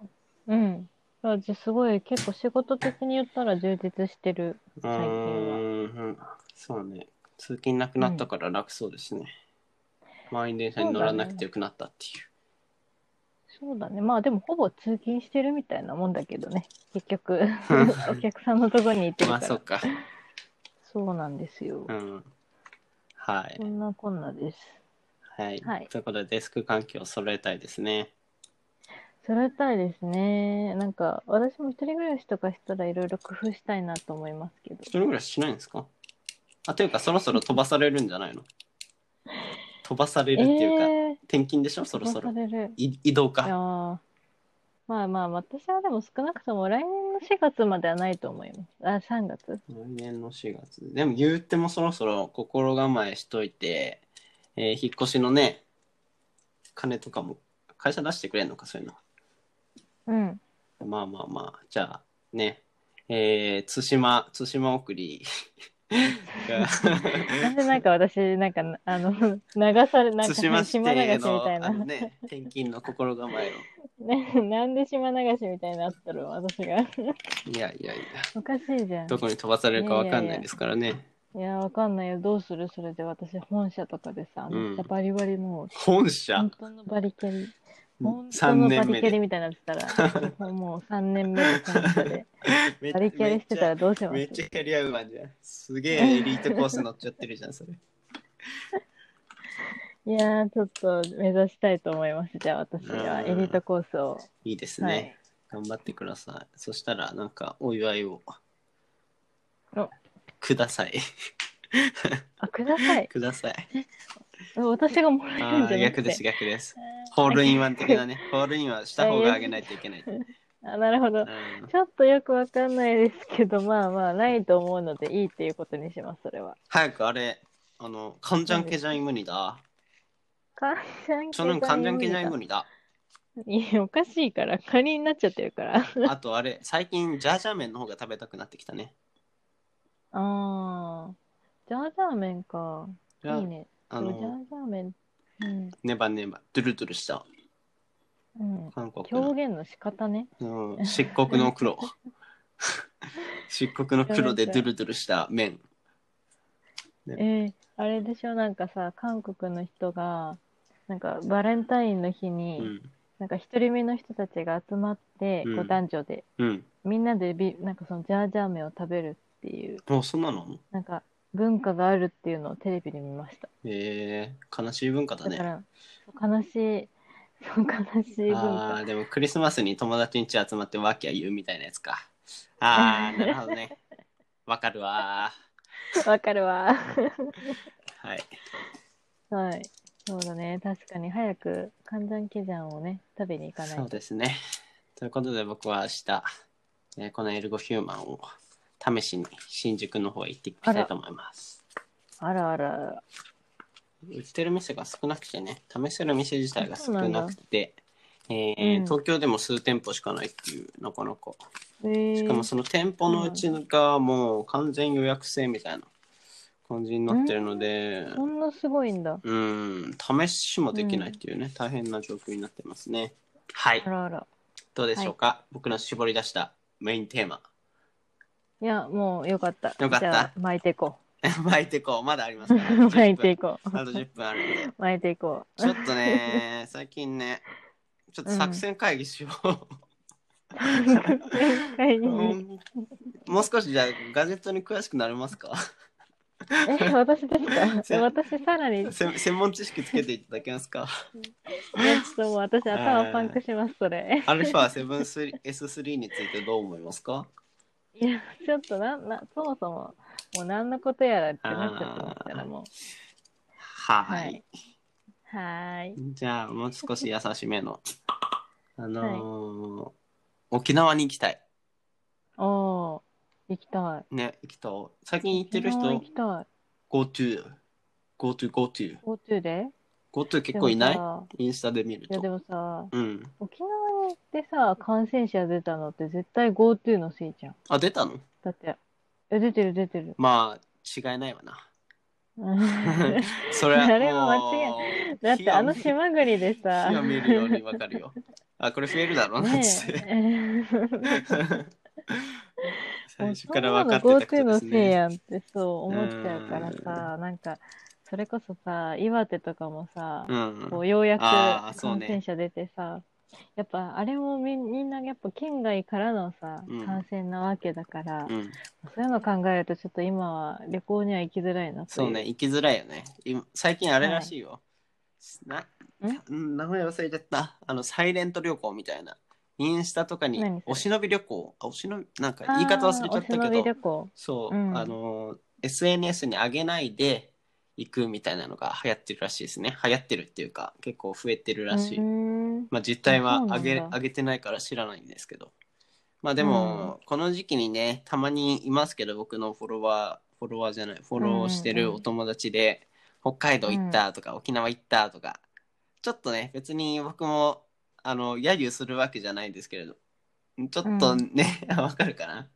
Speaker 2: うん。だからじゃあすごい、結構仕事的に言ったら充実してる。
Speaker 1: う
Speaker 2: 最近は
Speaker 1: ーん、うんそうね。通勤なくなったから楽そうですね。満員電車に乗らなくてよくなったっていう。
Speaker 2: そうだね。まあでも、ほぼ通勤してるみたいなもんだけどね。結局、 お客さんのとこに行ってる
Speaker 1: ま
Speaker 2: か
Speaker 1: あ、そ
Speaker 2: ら
Speaker 1: う。か。
Speaker 2: そうなんですよ
Speaker 1: う。ん。はい
Speaker 2: そ。んなこんなです。
Speaker 1: はい。
Speaker 2: はい
Speaker 1: ということで、デスク環境を揃えたいですね。
Speaker 2: 揃えたいですね。なんか、私も一人暮らしとかしたらいろいろ工夫したいなと思いますけど。
Speaker 1: それぐらいしないんですかあ、というか、そろそろ飛ばされるんじゃないの飛ばされるっていうか、
Speaker 2: えー、
Speaker 1: 転勤でしょそろそ
Speaker 2: 飛ば
Speaker 1: ろ
Speaker 2: さ。れる。
Speaker 1: い移動
Speaker 2: い
Speaker 1: か
Speaker 2: や。ーまあまあ、私はでも少なくとも来年の4月まではないと思います。あ、3月。
Speaker 1: 来年の4月でも言うてもそろそろ心構えしといて、えー引っ越しのね金とかも会社出してくれんのかそういうの
Speaker 2: うん。
Speaker 1: まあまあまあじゃあねえー、対馬対馬送り
Speaker 2: なんでなんか私、なんか、あの、流され、 なんか、
Speaker 1: 対馬市
Speaker 2: 島流
Speaker 1: 邸
Speaker 2: しみたい
Speaker 1: のあ
Speaker 2: な。
Speaker 1: の、ね、転勤の心構え
Speaker 2: ね、なんで島流しみたいになったの私が。
Speaker 1: をいやいやいや
Speaker 2: おかしいじゃん。
Speaker 1: どこに飛ばされるかわかんないですからね
Speaker 2: いや、わかんないよ。どうするそれで私、本社とかでさ、
Speaker 1: うん
Speaker 2: めっちゃバリバリもう、
Speaker 1: 本社
Speaker 2: 本当のバリキャリ。本当
Speaker 1: 3
Speaker 2: のバ
Speaker 1: 年目
Speaker 2: リキャリ
Speaker 1: で
Speaker 2: みたいになってた ら、もう3年目で本社で。
Speaker 1: め
Speaker 2: バリキャリしてたらどうしま
Speaker 1: めっ
Speaker 2: す
Speaker 1: ちゃキャリアウーマンじゃん。すげえエリートコース乗っちゃってるじゃん、それ。
Speaker 2: いやー、ちょっと目指したいと思います。じゃあ私はエリートコースを。
Speaker 1: いいです
Speaker 2: は
Speaker 1: ね
Speaker 2: い。
Speaker 1: 頑張ってください。そしたら、なんか、お祝いを
Speaker 2: お。
Speaker 1: ください。
Speaker 2: あ、ください。
Speaker 1: くださ い。
Speaker 2: 私がもらえるん
Speaker 1: あ
Speaker 2: じ
Speaker 1: あ、
Speaker 2: ゃな
Speaker 1: 逆
Speaker 2: く
Speaker 1: です、
Speaker 2: て。
Speaker 1: 逆です。ホールインワン的なね。ホールインワンした方があげないといけない。うん
Speaker 2: あ、なるほど。ちょっとよくわかんないですけど、まあまあ、ないと思うのでいいっていうことにします、それは。
Speaker 1: 早くあれ、あの、カンジャンケジャンイムニだ。
Speaker 2: カンジャン
Speaker 1: ちょのカンジャンケジャンイム
Speaker 2: に。
Speaker 1: ニだ。
Speaker 2: いや、おかしいから、カニになっちゃってるから。
Speaker 1: あとあれ、最近、ジャージャー麺の方が食べたくなってきたね。
Speaker 2: あー。ジャージャー麺か。いいね。
Speaker 1: あ
Speaker 2: ジャ
Speaker 1: の、
Speaker 2: ージャー麺。うん。
Speaker 1: ネバネバ、ドゥルドゥルした
Speaker 2: うん。
Speaker 1: 韓国の。
Speaker 2: 表現の仕方ね。
Speaker 1: うん、漆黒の 黒漆黒の黒でドゥルドゥルした麺
Speaker 2: えー、あれでしょ、なんかさ、韓国の人が、なんかバレンタインの日
Speaker 1: う
Speaker 2: に、
Speaker 1: ん
Speaker 2: なんか一人目の人たちが集まって、
Speaker 1: うん
Speaker 2: こう男女で、
Speaker 1: うん
Speaker 2: みんなでビ、なんかそのジャージャー麺を食べるっていう、
Speaker 1: もうそんなの
Speaker 2: なんか文化があるっていうのをテレビで見ました。
Speaker 1: えー、悲しい文化だ
Speaker 2: だか
Speaker 1: ね
Speaker 2: ら、悲しい、そう悲しい文
Speaker 1: あ
Speaker 2: 化。
Speaker 1: ーでもクリスマスに友達ん家集まってワキャ言うみたいなやつかあ ーなるほどねわかるわ
Speaker 2: わかるわ。
Speaker 1: ーはい
Speaker 2: はい。そうだね。確かに早く、カンジャンケジャンをね、食べに行かない
Speaker 1: そう
Speaker 2: と。
Speaker 1: ですねということで僕は明日、えーこのエルゴヒューマンを試しに新宿の方へ行ってきたいと思います
Speaker 2: あらあら。
Speaker 1: 売ってる店が少なくてね試せる店自体が少なくて、えー
Speaker 2: うん
Speaker 1: 東京でも数店舗しかないっていうなかなか
Speaker 2: えー、
Speaker 1: しかもその店舗のうちがもう完全予約制みたいな感じになってるので
Speaker 2: そんなすごいんだ。
Speaker 1: うん試しもできないっていうね、大変な状況になってますねはい
Speaker 2: あらあら。
Speaker 1: どうでしょうか、僕の絞り出したメインテーマ
Speaker 2: いや、もうよかった。
Speaker 1: よかった
Speaker 2: じゃあ、巻いていこう。
Speaker 1: 巻いてこう、まだありますから、
Speaker 2: 巻いて
Speaker 1: 10
Speaker 2: いこう
Speaker 1: 分。あと10分あるんで。
Speaker 2: 巻いていこう。
Speaker 1: ちょっとね、最近ね、ちょっと作戦会議しよう。
Speaker 2: はい
Speaker 1: うんもう少しじゃあガジェットに詳しくなれます か
Speaker 2: え、私です
Speaker 1: せ
Speaker 2: か私さらに、ね、ち
Speaker 1: せ専門知識つけていただけますか
Speaker 2: ょっともう私頭パンクします、それ。
Speaker 1: アルファ 7S3 についてどう思いますか
Speaker 2: いや、ちょっとなん、な、そもそも、もう何のことやらってなっちゃってますから、もう。
Speaker 1: はい、
Speaker 2: はい。はーい。
Speaker 1: じゃあもう少し優しめのあのー沖縄に行きたい
Speaker 2: おおー、行きたい。
Speaker 1: ね行きたい最近行ってる人
Speaker 2: 沖縄行きた
Speaker 1: GoToGoToGoToGoTo
Speaker 2: い。GoTo で
Speaker 1: 結構いない
Speaker 2: でもさ
Speaker 1: インスタで見る
Speaker 2: いや、
Speaker 1: と
Speaker 2: でもさ、
Speaker 1: うん
Speaker 2: 沖縄でさ、感染者出たのって絶対 GoTo のせいじゃん。
Speaker 1: あ出たの
Speaker 2: だって、え、出てる出 てる。
Speaker 1: まあ違いないわな
Speaker 2: だ
Speaker 1: それはもう
Speaker 2: あれは間ってあの
Speaker 1: 火を
Speaker 2: 島国でさ
Speaker 1: 火を、見るようにわかるよ。あ、これ増えるだろうなっ
Speaker 2: ね
Speaker 1: つっ て。
Speaker 2: え、
Speaker 1: 最初から分かってたこ
Speaker 2: GoTo
Speaker 1: とで
Speaker 2: の
Speaker 1: す
Speaker 2: せい
Speaker 1: ね。
Speaker 2: やんってそう思っちゃうからさ、なんか、それこそさ、岩手とかもさ、
Speaker 1: うん
Speaker 2: こ。うようやく
Speaker 1: あ
Speaker 2: 感
Speaker 1: ーそうね
Speaker 2: 染者出てさ、やっぱあれもみみんなやっぱ県外からのさ
Speaker 1: うん、
Speaker 2: 感染なわけだから、
Speaker 1: うん、
Speaker 2: そういうの考えるとちょっと今は旅行には行きづらいなとい
Speaker 1: そうね、。行きづらいよね。今最近あれらしいよ。な、うん名前忘れちゃった。あの、サイレント旅行みたいな。インスタとかに
Speaker 2: 何それ
Speaker 1: お忍び旅行、あお忍び、なんか
Speaker 2: あー
Speaker 1: 言い方忘れちゃった
Speaker 2: お忍
Speaker 1: け
Speaker 2: び
Speaker 1: ど
Speaker 2: 旅、行。
Speaker 1: そう、
Speaker 2: うん
Speaker 1: あの、SNS に上げないで行くみたいなのが流行ってるらしいですね。流行ってるっていうか、結構増えてるらしい。
Speaker 2: うーん
Speaker 1: まあ、実態は
Speaker 2: あそうな
Speaker 1: 上
Speaker 2: ん
Speaker 1: げ
Speaker 2: だ
Speaker 1: 上げてないから知らないんですけど。まあでも、この時期にね、たまにいますけど、僕のフォロワー、フォロワーじゃない、フォローして
Speaker 2: うん
Speaker 1: る
Speaker 2: うん
Speaker 1: お友達で、北海道行ったとか、沖縄行ったとか、ちょっとね、別に僕も、あの、揶揄するわけじゃないんですけれど、ちょっとね、 わ、かるかな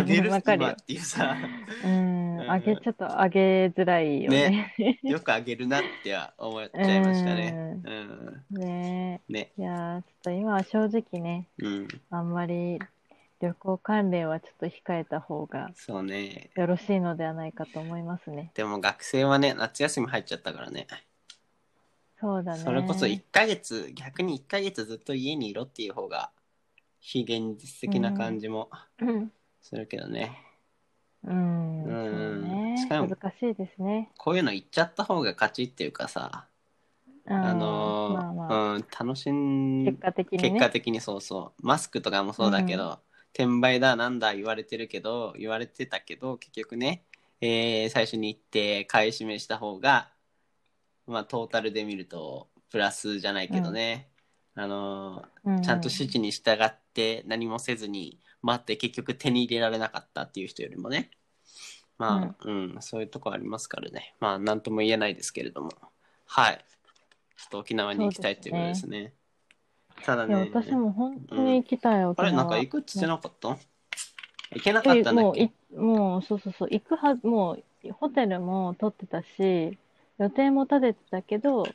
Speaker 1: 上げる
Speaker 2: わかるよ
Speaker 1: 今っていうさ、
Speaker 2: うーん、
Speaker 1: うん
Speaker 2: 上げ、ちょっと上げづらいよね。
Speaker 1: よく上げるなっては思っちゃいましたね。うん。
Speaker 2: うん。 ね
Speaker 1: ね。
Speaker 2: え。いやー、ちょっと今は正直ね、
Speaker 1: うん。
Speaker 2: あんまり旅行関連はちょっと控えた方が
Speaker 1: そうね。
Speaker 2: よろしいのではないかと思いますね。
Speaker 1: でも学生はね夏休み入っちゃったからね
Speaker 2: そうだね。
Speaker 1: それこそ1ヶ月逆に1ヶ月ずっと家にいろっていう方が非現実的な感じも
Speaker 2: うん。
Speaker 1: するけどね、
Speaker 2: うん。
Speaker 1: う
Speaker 2: そ
Speaker 1: ん
Speaker 2: うね
Speaker 1: し。かも
Speaker 2: 難しいですね。
Speaker 1: こういうの行っちゃった方が勝ちっていうかさ、あ
Speaker 2: あ
Speaker 1: のー
Speaker 2: まあまあ、
Speaker 1: うん、楽しん
Speaker 2: 結果的に
Speaker 1: 結
Speaker 2: ね。
Speaker 1: 果的にそうそうマスクとかもそうだけど、転売だなんだ言われてるけど言われてたけど結局ね、えー最初に行って買い占めした方がまあトータルで見るとプラスじゃないけどね、あの
Speaker 2: う
Speaker 1: ーちゃんと指示に従って何もせずに待って結局手に入れられなかったっていう人よりもねまあ、うんそういうとこありますからねまあ何とも言えないですけれどもはいちょっと沖縄に行きたいっていうことですねただ
Speaker 2: いや、
Speaker 1: ね
Speaker 2: 私も本当に行きたい、沖
Speaker 1: あれ、
Speaker 2: 縄
Speaker 1: なんか行くっつってなかった行 けなかったんだっ
Speaker 2: もう
Speaker 1: け
Speaker 2: い、もう、そうそうそう、行くはず、もう、ホテルも取ってたし、予定も立ててたけど、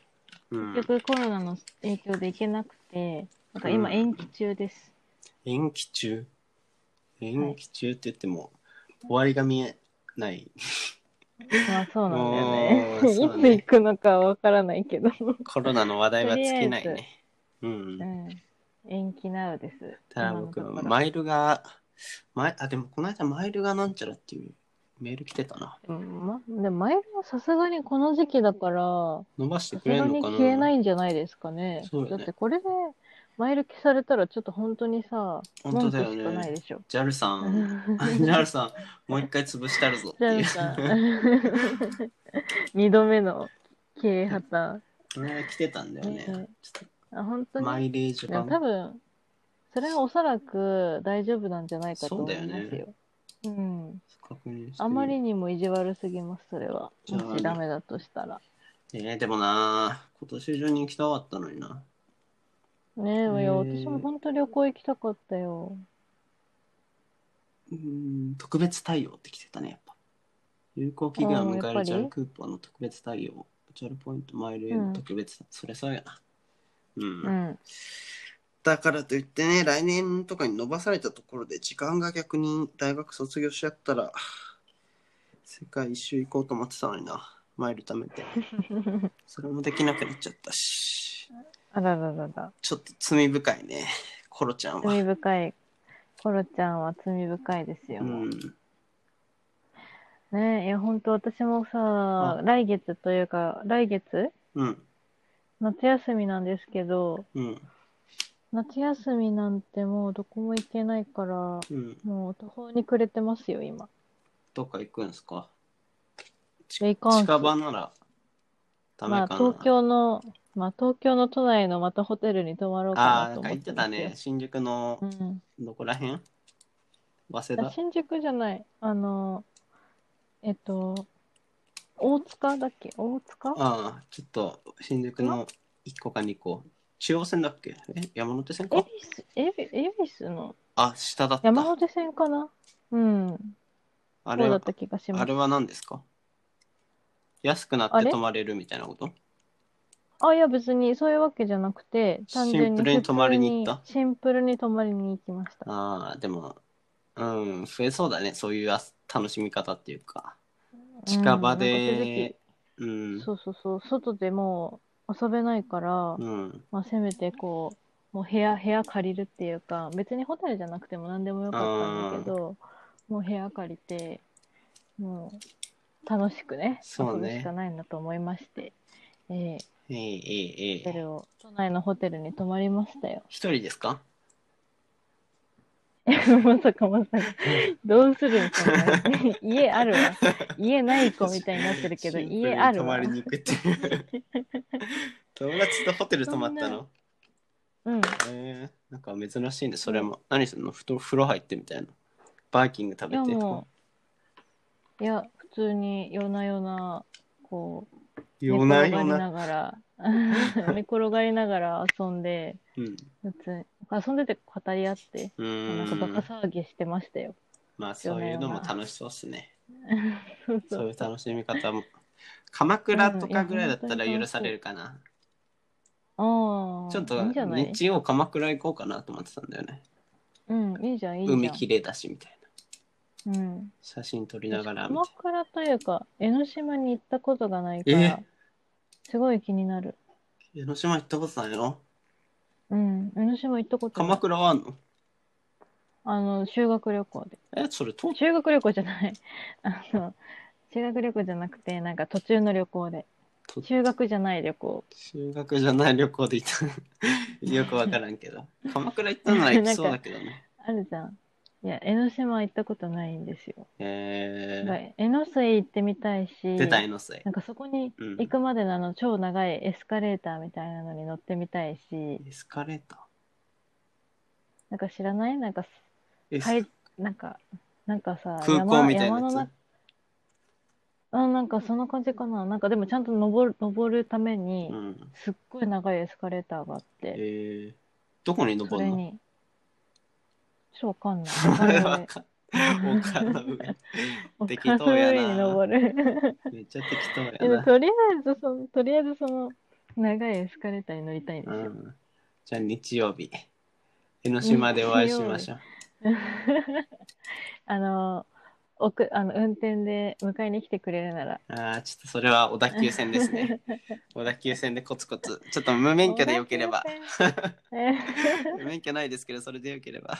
Speaker 1: うん
Speaker 2: 結、局コロナの影響で行けなくて、なんか
Speaker 1: う
Speaker 2: 今
Speaker 1: ん
Speaker 2: 延期中です。
Speaker 1: 延期中延期中って言っても、終わりが見えない。
Speaker 2: まあそうなんだよ
Speaker 1: お
Speaker 2: ね。
Speaker 1: ーそう
Speaker 2: い
Speaker 1: ね
Speaker 2: つ行くのかわからない けど、
Speaker 1: コロナの話題は尽きない
Speaker 2: とりあ
Speaker 1: ね。うん
Speaker 2: う。ん。延期なうです。
Speaker 1: ただ
Speaker 2: 今の
Speaker 1: 僕、
Speaker 2: ところ
Speaker 1: マイルが、マイあ、でもこの間マイルがなんちゃらっていうメール来てたな。
Speaker 2: うんま、でもマイルはさすがにこの時期だから、
Speaker 1: 伸ばして
Speaker 2: さ
Speaker 1: く
Speaker 2: す
Speaker 1: れ
Speaker 2: が
Speaker 1: るの
Speaker 2: に
Speaker 1: かな
Speaker 2: 消えないんじゃないですかね。
Speaker 1: そうよね
Speaker 2: だってこれで、マイル消されたらちょっと本当にさ、
Speaker 1: 本当
Speaker 2: 文
Speaker 1: だよ
Speaker 2: 句
Speaker 1: ね
Speaker 2: しかないでしょ。
Speaker 1: ?JAL さ ん、JAL さん、もう一回潰したるぞって
Speaker 2: ジャ
Speaker 1: い
Speaker 2: ル
Speaker 1: う。
Speaker 2: さん、 二度目の経営破綻。
Speaker 1: これが来てたんだよね。
Speaker 2: う
Speaker 1: ちょ
Speaker 2: ん
Speaker 1: っ
Speaker 2: あ本当
Speaker 1: とマ
Speaker 2: に。
Speaker 1: イレージ
Speaker 2: でも
Speaker 1: が。
Speaker 2: 多分、それはおそらく大丈夫なんじゃないかと思います
Speaker 1: そうだよ
Speaker 2: よ。うん。
Speaker 1: 確認して
Speaker 2: あまりにも意地悪すぎます、それは。
Speaker 1: じゃあ
Speaker 2: もしダメだとしたら。
Speaker 1: えー、でもなー今年中に行きたかったのにな
Speaker 2: ねえ、い
Speaker 1: え
Speaker 2: や、
Speaker 1: ー
Speaker 2: 私も本当旅行行きたかったよ。
Speaker 1: うーん特別対応って来てたねやっぱ有効期限を迎える
Speaker 2: あーやっぱり
Speaker 1: JAL クーポンの特別対応 JAL ポイントマイルへの特別、それそうやなうん、
Speaker 2: うん。
Speaker 1: だからといってね来年とかに伸ばされたところで時間が逆に大学卒業しちゃったら世界一周行こうと思ってたのにな。マイル貯め て。それもできなくなっちゃったし。
Speaker 2: あらららら。
Speaker 1: ちょっと罪深いね。コロちゃんは。
Speaker 2: 罪深い。コロちゃんは罪深いですよ。
Speaker 1: うん。
Speaker 2: ねえ、いや、本当私もさ
Speaker 1: あ、
Speaker 2: 来月というか、来月
Speaker 1: うん。
Speaker 2: 夏休みなんですけど、
Speaker 1: うん。
Speaker 2: 夏休みなんてもうどこも行けないから、
Speaker 1: うん。
Speaker 2: もう途方に暮れてますよ、今。
Speaker 1: どっか行くんすかち
Speaker 2: いや行かんっす
Speaker 1: 近場ならダメ
Speaker 2: まあ、
Speaker 1: かな。
Speaker 2: 東京の、まあ、東京の都内のまたホテルに泊まろうか
Speaker 1: ああ、
Speaker 2: な
Speaker 1: な
Speaker 2: と
Speaker 1: んか
Speaker 2: 思
Speaker 1: 言
Speaker 2: っ
Speaker 1: ってて
Speaker 2: ま
Speaker 1: た
Speaker 2: すよ
Speaker 1: ね。。新宿の
Speaker 2: うん。
Speaker 1: どこら辺早稲田
Speaker 2: あ新宿じゃない。あの、えっと、大塚だっけ大塚
Speaker 1: ああ、ちょっと新宿の1個か2個。中央線だっけえ山手線
Speaker 2: 恵
Speaker 1: か
Speaker 2: 比寿、恵比恵比寿の
Speaker 1: あ、下だった。
Speaker 2: 山手線かなうん。
Speaker 1: あ
Speaker 2: そう
Speaker 1: れ
Speaker 2: だ
Speaker 1: は
Speaker 2: った気がしま
Speaker 1: あ
Speaker 2: す
Speaker 1: れ。は何ですか安くな
Speaker 2: あ
Speaker 1: って
Speaker 2: れ
Speaker 1: 泊まれるみたいなこと
Speaker 2: あ、いや別にそういうわけじゃなくて、単純に
Speaker 1: シンプルに泊まりに行った
Speaker 2: 普通シンプルに泊まりに行きました。
Speaker 1: ああ、でも、うん、増えそうだね。そういうあ楽しみ方っていうか。近場で、う
Speaker 2: うん
Speaker 1: ん、
Speaker 2: そうそうそう、外でもう遊べないから、
Speaker 1: うん、
Speaker 2: まあせめてこう、もう部屋、部屋借りるっていうか、別にホテルじゃなくても何でもよかったんだけど、もう部屋借りて、もう楽しくね、
Speaker 1: そうね
Speaker 2: 遊ぶしかないんだと思いまして、ええ
Speaker 1: えええええ
Speaker 2: ホテ
Speaker 1: え
Speaker 2: ルを、都内のホテルに泊まりましたよ。
Speaker 1: 一人ですか
Speaker 2: まさかまさか。どうするんそんな家あるわ。家ない子みたいになってるけ ど、
Speaker 1: シンプルに
Speaker 2: 家ある
Speaker 1: 泊ま
Speaker 2: わ
Speaker 1: り。に行くって いう。友達とホテル泊まったの
Speaker 2: うん。
Speaker 1: えー、なんか珍しいんで、それも。何するのふと風呂入ってみたいな。バーキング食
Speaker 2: いや
Speaker 1: べて。
Speaker 2: もう、いや、普通に夜な夜な、こう、
Speaker 1: 夜な
Speaker 2: 寝
Speaker 1: 夜
Speaker 2: 転がり
Speaker 1: な。
Speaker 2: ながら、 寝転がりながら遊んで、
Speaker 1: うん。
Speaker 2: 普通に遊んでて語り合って、
Speaker 1: う
Speaker 2: なん
Speaker 1: ー
Speaker 2: かバカ
Speaker 1: ん。
Speaker 2: 騒ぎしてましたよ。
Speaker 1: まあそういうのも楽しそうっすね。
Speaker 2: そうそ
Speaker 1: そう
Speaker 2: う。
Speaker 1: いう楽しみ方も。鎌倉とかぐらいだったら許されるかな。
Speaker 2: ああ、
Speaker 1: ちょっと
Speaker 2: いいんじゃない
Speaker 1: 日曜鎌倉行こうかなと思ってたんだよね。
Speaker 2: うん、いいじゃん、いいじゃん。
Speaker 1: 海綺麗だしみたいな。
Speaker 2: うん。
Speaker 1: 写真撮りながらみたい
Speaker 2: 鎌
Speaker 1: な。
Speaker 2: 倉というか、江ノ島に行ったことがないか
Speaker 1: え
Speaker 2: ら、すごい気になる。
Speaker 1: 江ノ島行ったことないの
Speaker 2: うん、江ノ島行ったことない
Speaker 1: 鎌。倉はあんの
Speaker 2: あの、修学旅行で。
Speaker 1: え、それ東
Speaker 2: 修学旅行じゃない。 あの、修学旅行じゃなくて、なんか途中の旅行で。
Speaker 1: と
Speaker 2: 修学じゃない旅行。
Speaker 1: 修学じゃない旅行で行った。 よくわからんけど。鎌倉行ったのは行きそうだけどね。
Speaker 2: あるじゃん。いや、江ノ島行ったことないんですよ。
Speaker 1: え
Speaker 2: だか
Speaker 1: ー、
Speaker 2: ら江ノ水行ってみたいし、
Speaker 1: 出たいのせい
Speaker 2: な。んかそこに
Speaker 1: うん
Speaker 2: 行くまでのあの超長いエスカレーターみたいなのに乗ってみたいし、
Speaker 1: エスカレータ
Speaker 2: なんか知らないなんか、
Speaker 1: ーエス
Speaker 2: はい、なんか、なんかさ、
Speaker 1: 空港みたいな
Speaker 2: 山の
Speaker 1: や
Speaker 2: 中あ、なんかそんな感じかな。なんかでもちゃんと登る、登るために
Speaker 1: つ。う、ん。
Speaker 2: すっごい長いエスカレーターがあって、
Speaker 1: えー、どこに
Speaker 2: そ
Speaker 1: 登
Speaker 2: れ
Speaker 1: るの
Speaker 2: に、ちょっとわかん ない。
Speaker 1: それわ
Speaker 2: 丘
Speaker 1: かん丘の上。
Speaker 2: の
Speaker 1: 適
Speaker 2: 上、丘
Speaker 1: 当
Speaker 2: の
Speaker 1: や
Speaker 2: 上に
Speaker 1: な。
Speaker 2: 登る。
Speaker 1: めっちゃ適当
Speaker 2: で
Speaker 1: や
Speaker 2: も
Speaker 1: な。
Speaker 2: とりあえずその、とりあえずその、長いエスカレーターに乗りたいんで
Speaker 1: う
Speaker 2: すよ。
Speaker 1: ん、じゃあ日曜日。江ノ島でお会いしましょう。
Speaker 2: あの、奥、あの、運転で迎えに来てくれるなら、
Speaker 1: ああ、ちょっとそれは小田急線です ね。小田急線でコツコツ。ちょっと無免許でよけ れば。無免許ないですけど、それでよければ。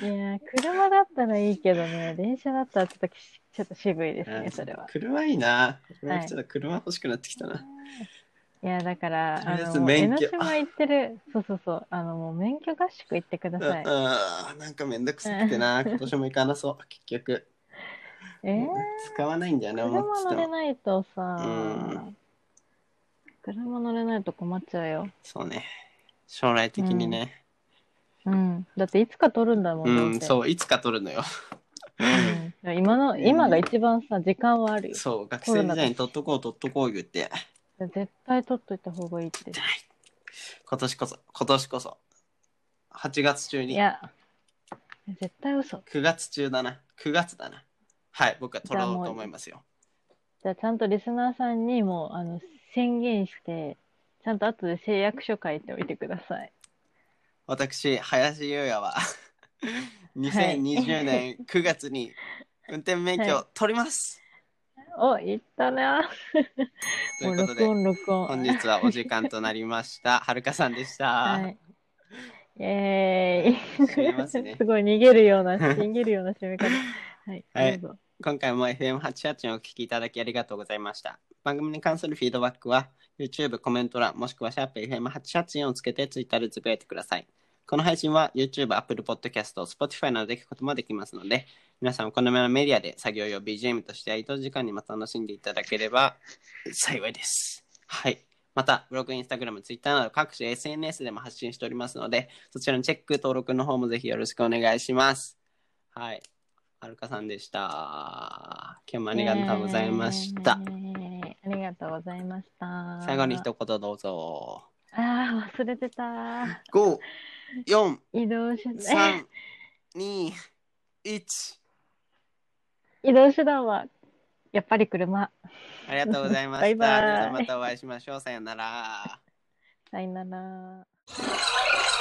Speaker 2: いやー車だったらいいけどね、電車だったらちょっときしちょっと渋いですね、それは。
Speaker 1: 車いいな。
Speaker 2: はい
Speaker 1: ちょっと車欲しくなってきたな。
Speaker 2: いや、だから、
Speaker 1: とりあ
Speaker 2: あ
Speaker 1: えず
Speaker 2: の、もう江
Speaker 1: 免
Speaker 2: ノ
Speaker 1: 許
Speaker 2: 島行ってる、そうそうそう、あの、もう免許合宿行ってください。
Speaker 1: うんうんなんかめんどくさくてな。今年も行かなそう。結局。
Speaker 2: えー、
Speaker 1: 使わないんだよね、思
Speaker 2: 車
Speaker 1: って
Speaker 2: 乗
Speaker 1: て
Speaker 2: れ
Speaker 1: も。
Speaker 2: ないと
Speaker 1: う
Speaker 2: さ、車乗れないと困っちゃうよ。
Speaker 1: そうね。将来的にね。
Speaker 2: うん。だっていつか取るんだも、
Speaker 1: うん
Speaker 2: ど
Speaker 1: ん、
Speaker 2: せ
Speaker 1: そう、いつか取るのよ。
Speaker 2: うん今の、今が一番さ、時間はあるよ。
Speaker 1: そう、学生時代に取っとこう、取っとこう言って。
Speaker 2: 絶対取っといた方がいいって。
Speaker 1: 今年こそ、今年こそ。8月中
Speaker 2: い
Speaker 1: に。
Speaker 2: や、絶対嘘。
Speaker 1: 9月中だな。9月だな。はい、僕は取ろうと思いますよ。
Speaker 2: じゃあちゃんとリスナーさんにもあの宣言して、ちゃんと後で誓約書書いておいてください。
Speaker 1: 私、林優也は 2020年9月に運転免許を取ります。
Speaker 2: お、言ったな。
Speaker 1: とい
Speaker 2: もう
Speaker 1: うこと
Speaker 2: 録
Speaker 1: で、
Speaker 2: 音、録
Speaker 1: 本
Speaker 2: 音。
Speaker 1: 日はお時間となりました。はるかさんでした。
Speaker 2: はい。イェ
Speaker 1: 締めま
Speaker 2: ーイ。
Speaker 1: すね
Speaker 2: ごい逃げるような、逃げるような締め方。はい。
Speaker 1: はい
Speaker 2: どうぞ
Speaker 1: 今回も FM88 にお聞きいただきありがとうございました。番組に関するフィードバックは YouTube コメント欄もしくはシャープ FM884 をつけて Twitter でつぶやいてください。この配信は YouTube、Apple Podcast、Spotify などで聞くこともできますので皆さんお好みのメディアで作業用 BGM として移動時間にも楽しんでいただければ幸いです。はい。また、ブログ、インスタグラム、ツイッターなど各種 SNS でも発信しておりますので、そちらのチェック、登録の方もぜひよろしくお願いします。はい。はるかさんでした。今日もありがとうございました
Speaker 2: イ。ェーイありがとうございました。
Speaker 1: 最後に一言どうぞ。
Speaker 2: ああ、忘れてた。
Speaker 1: 5、4、
Speaker 2: 移動手段。
Speaker 1: 3、2、1。
Speaker 2: 移動手段は、やっぱり車。
Speaker 1: ありがとうございました。
Speaker 2: バイバイ
Speaker 1: 皆さんまたお会いしましょう。さよなら。
Speaker 2: さよなら。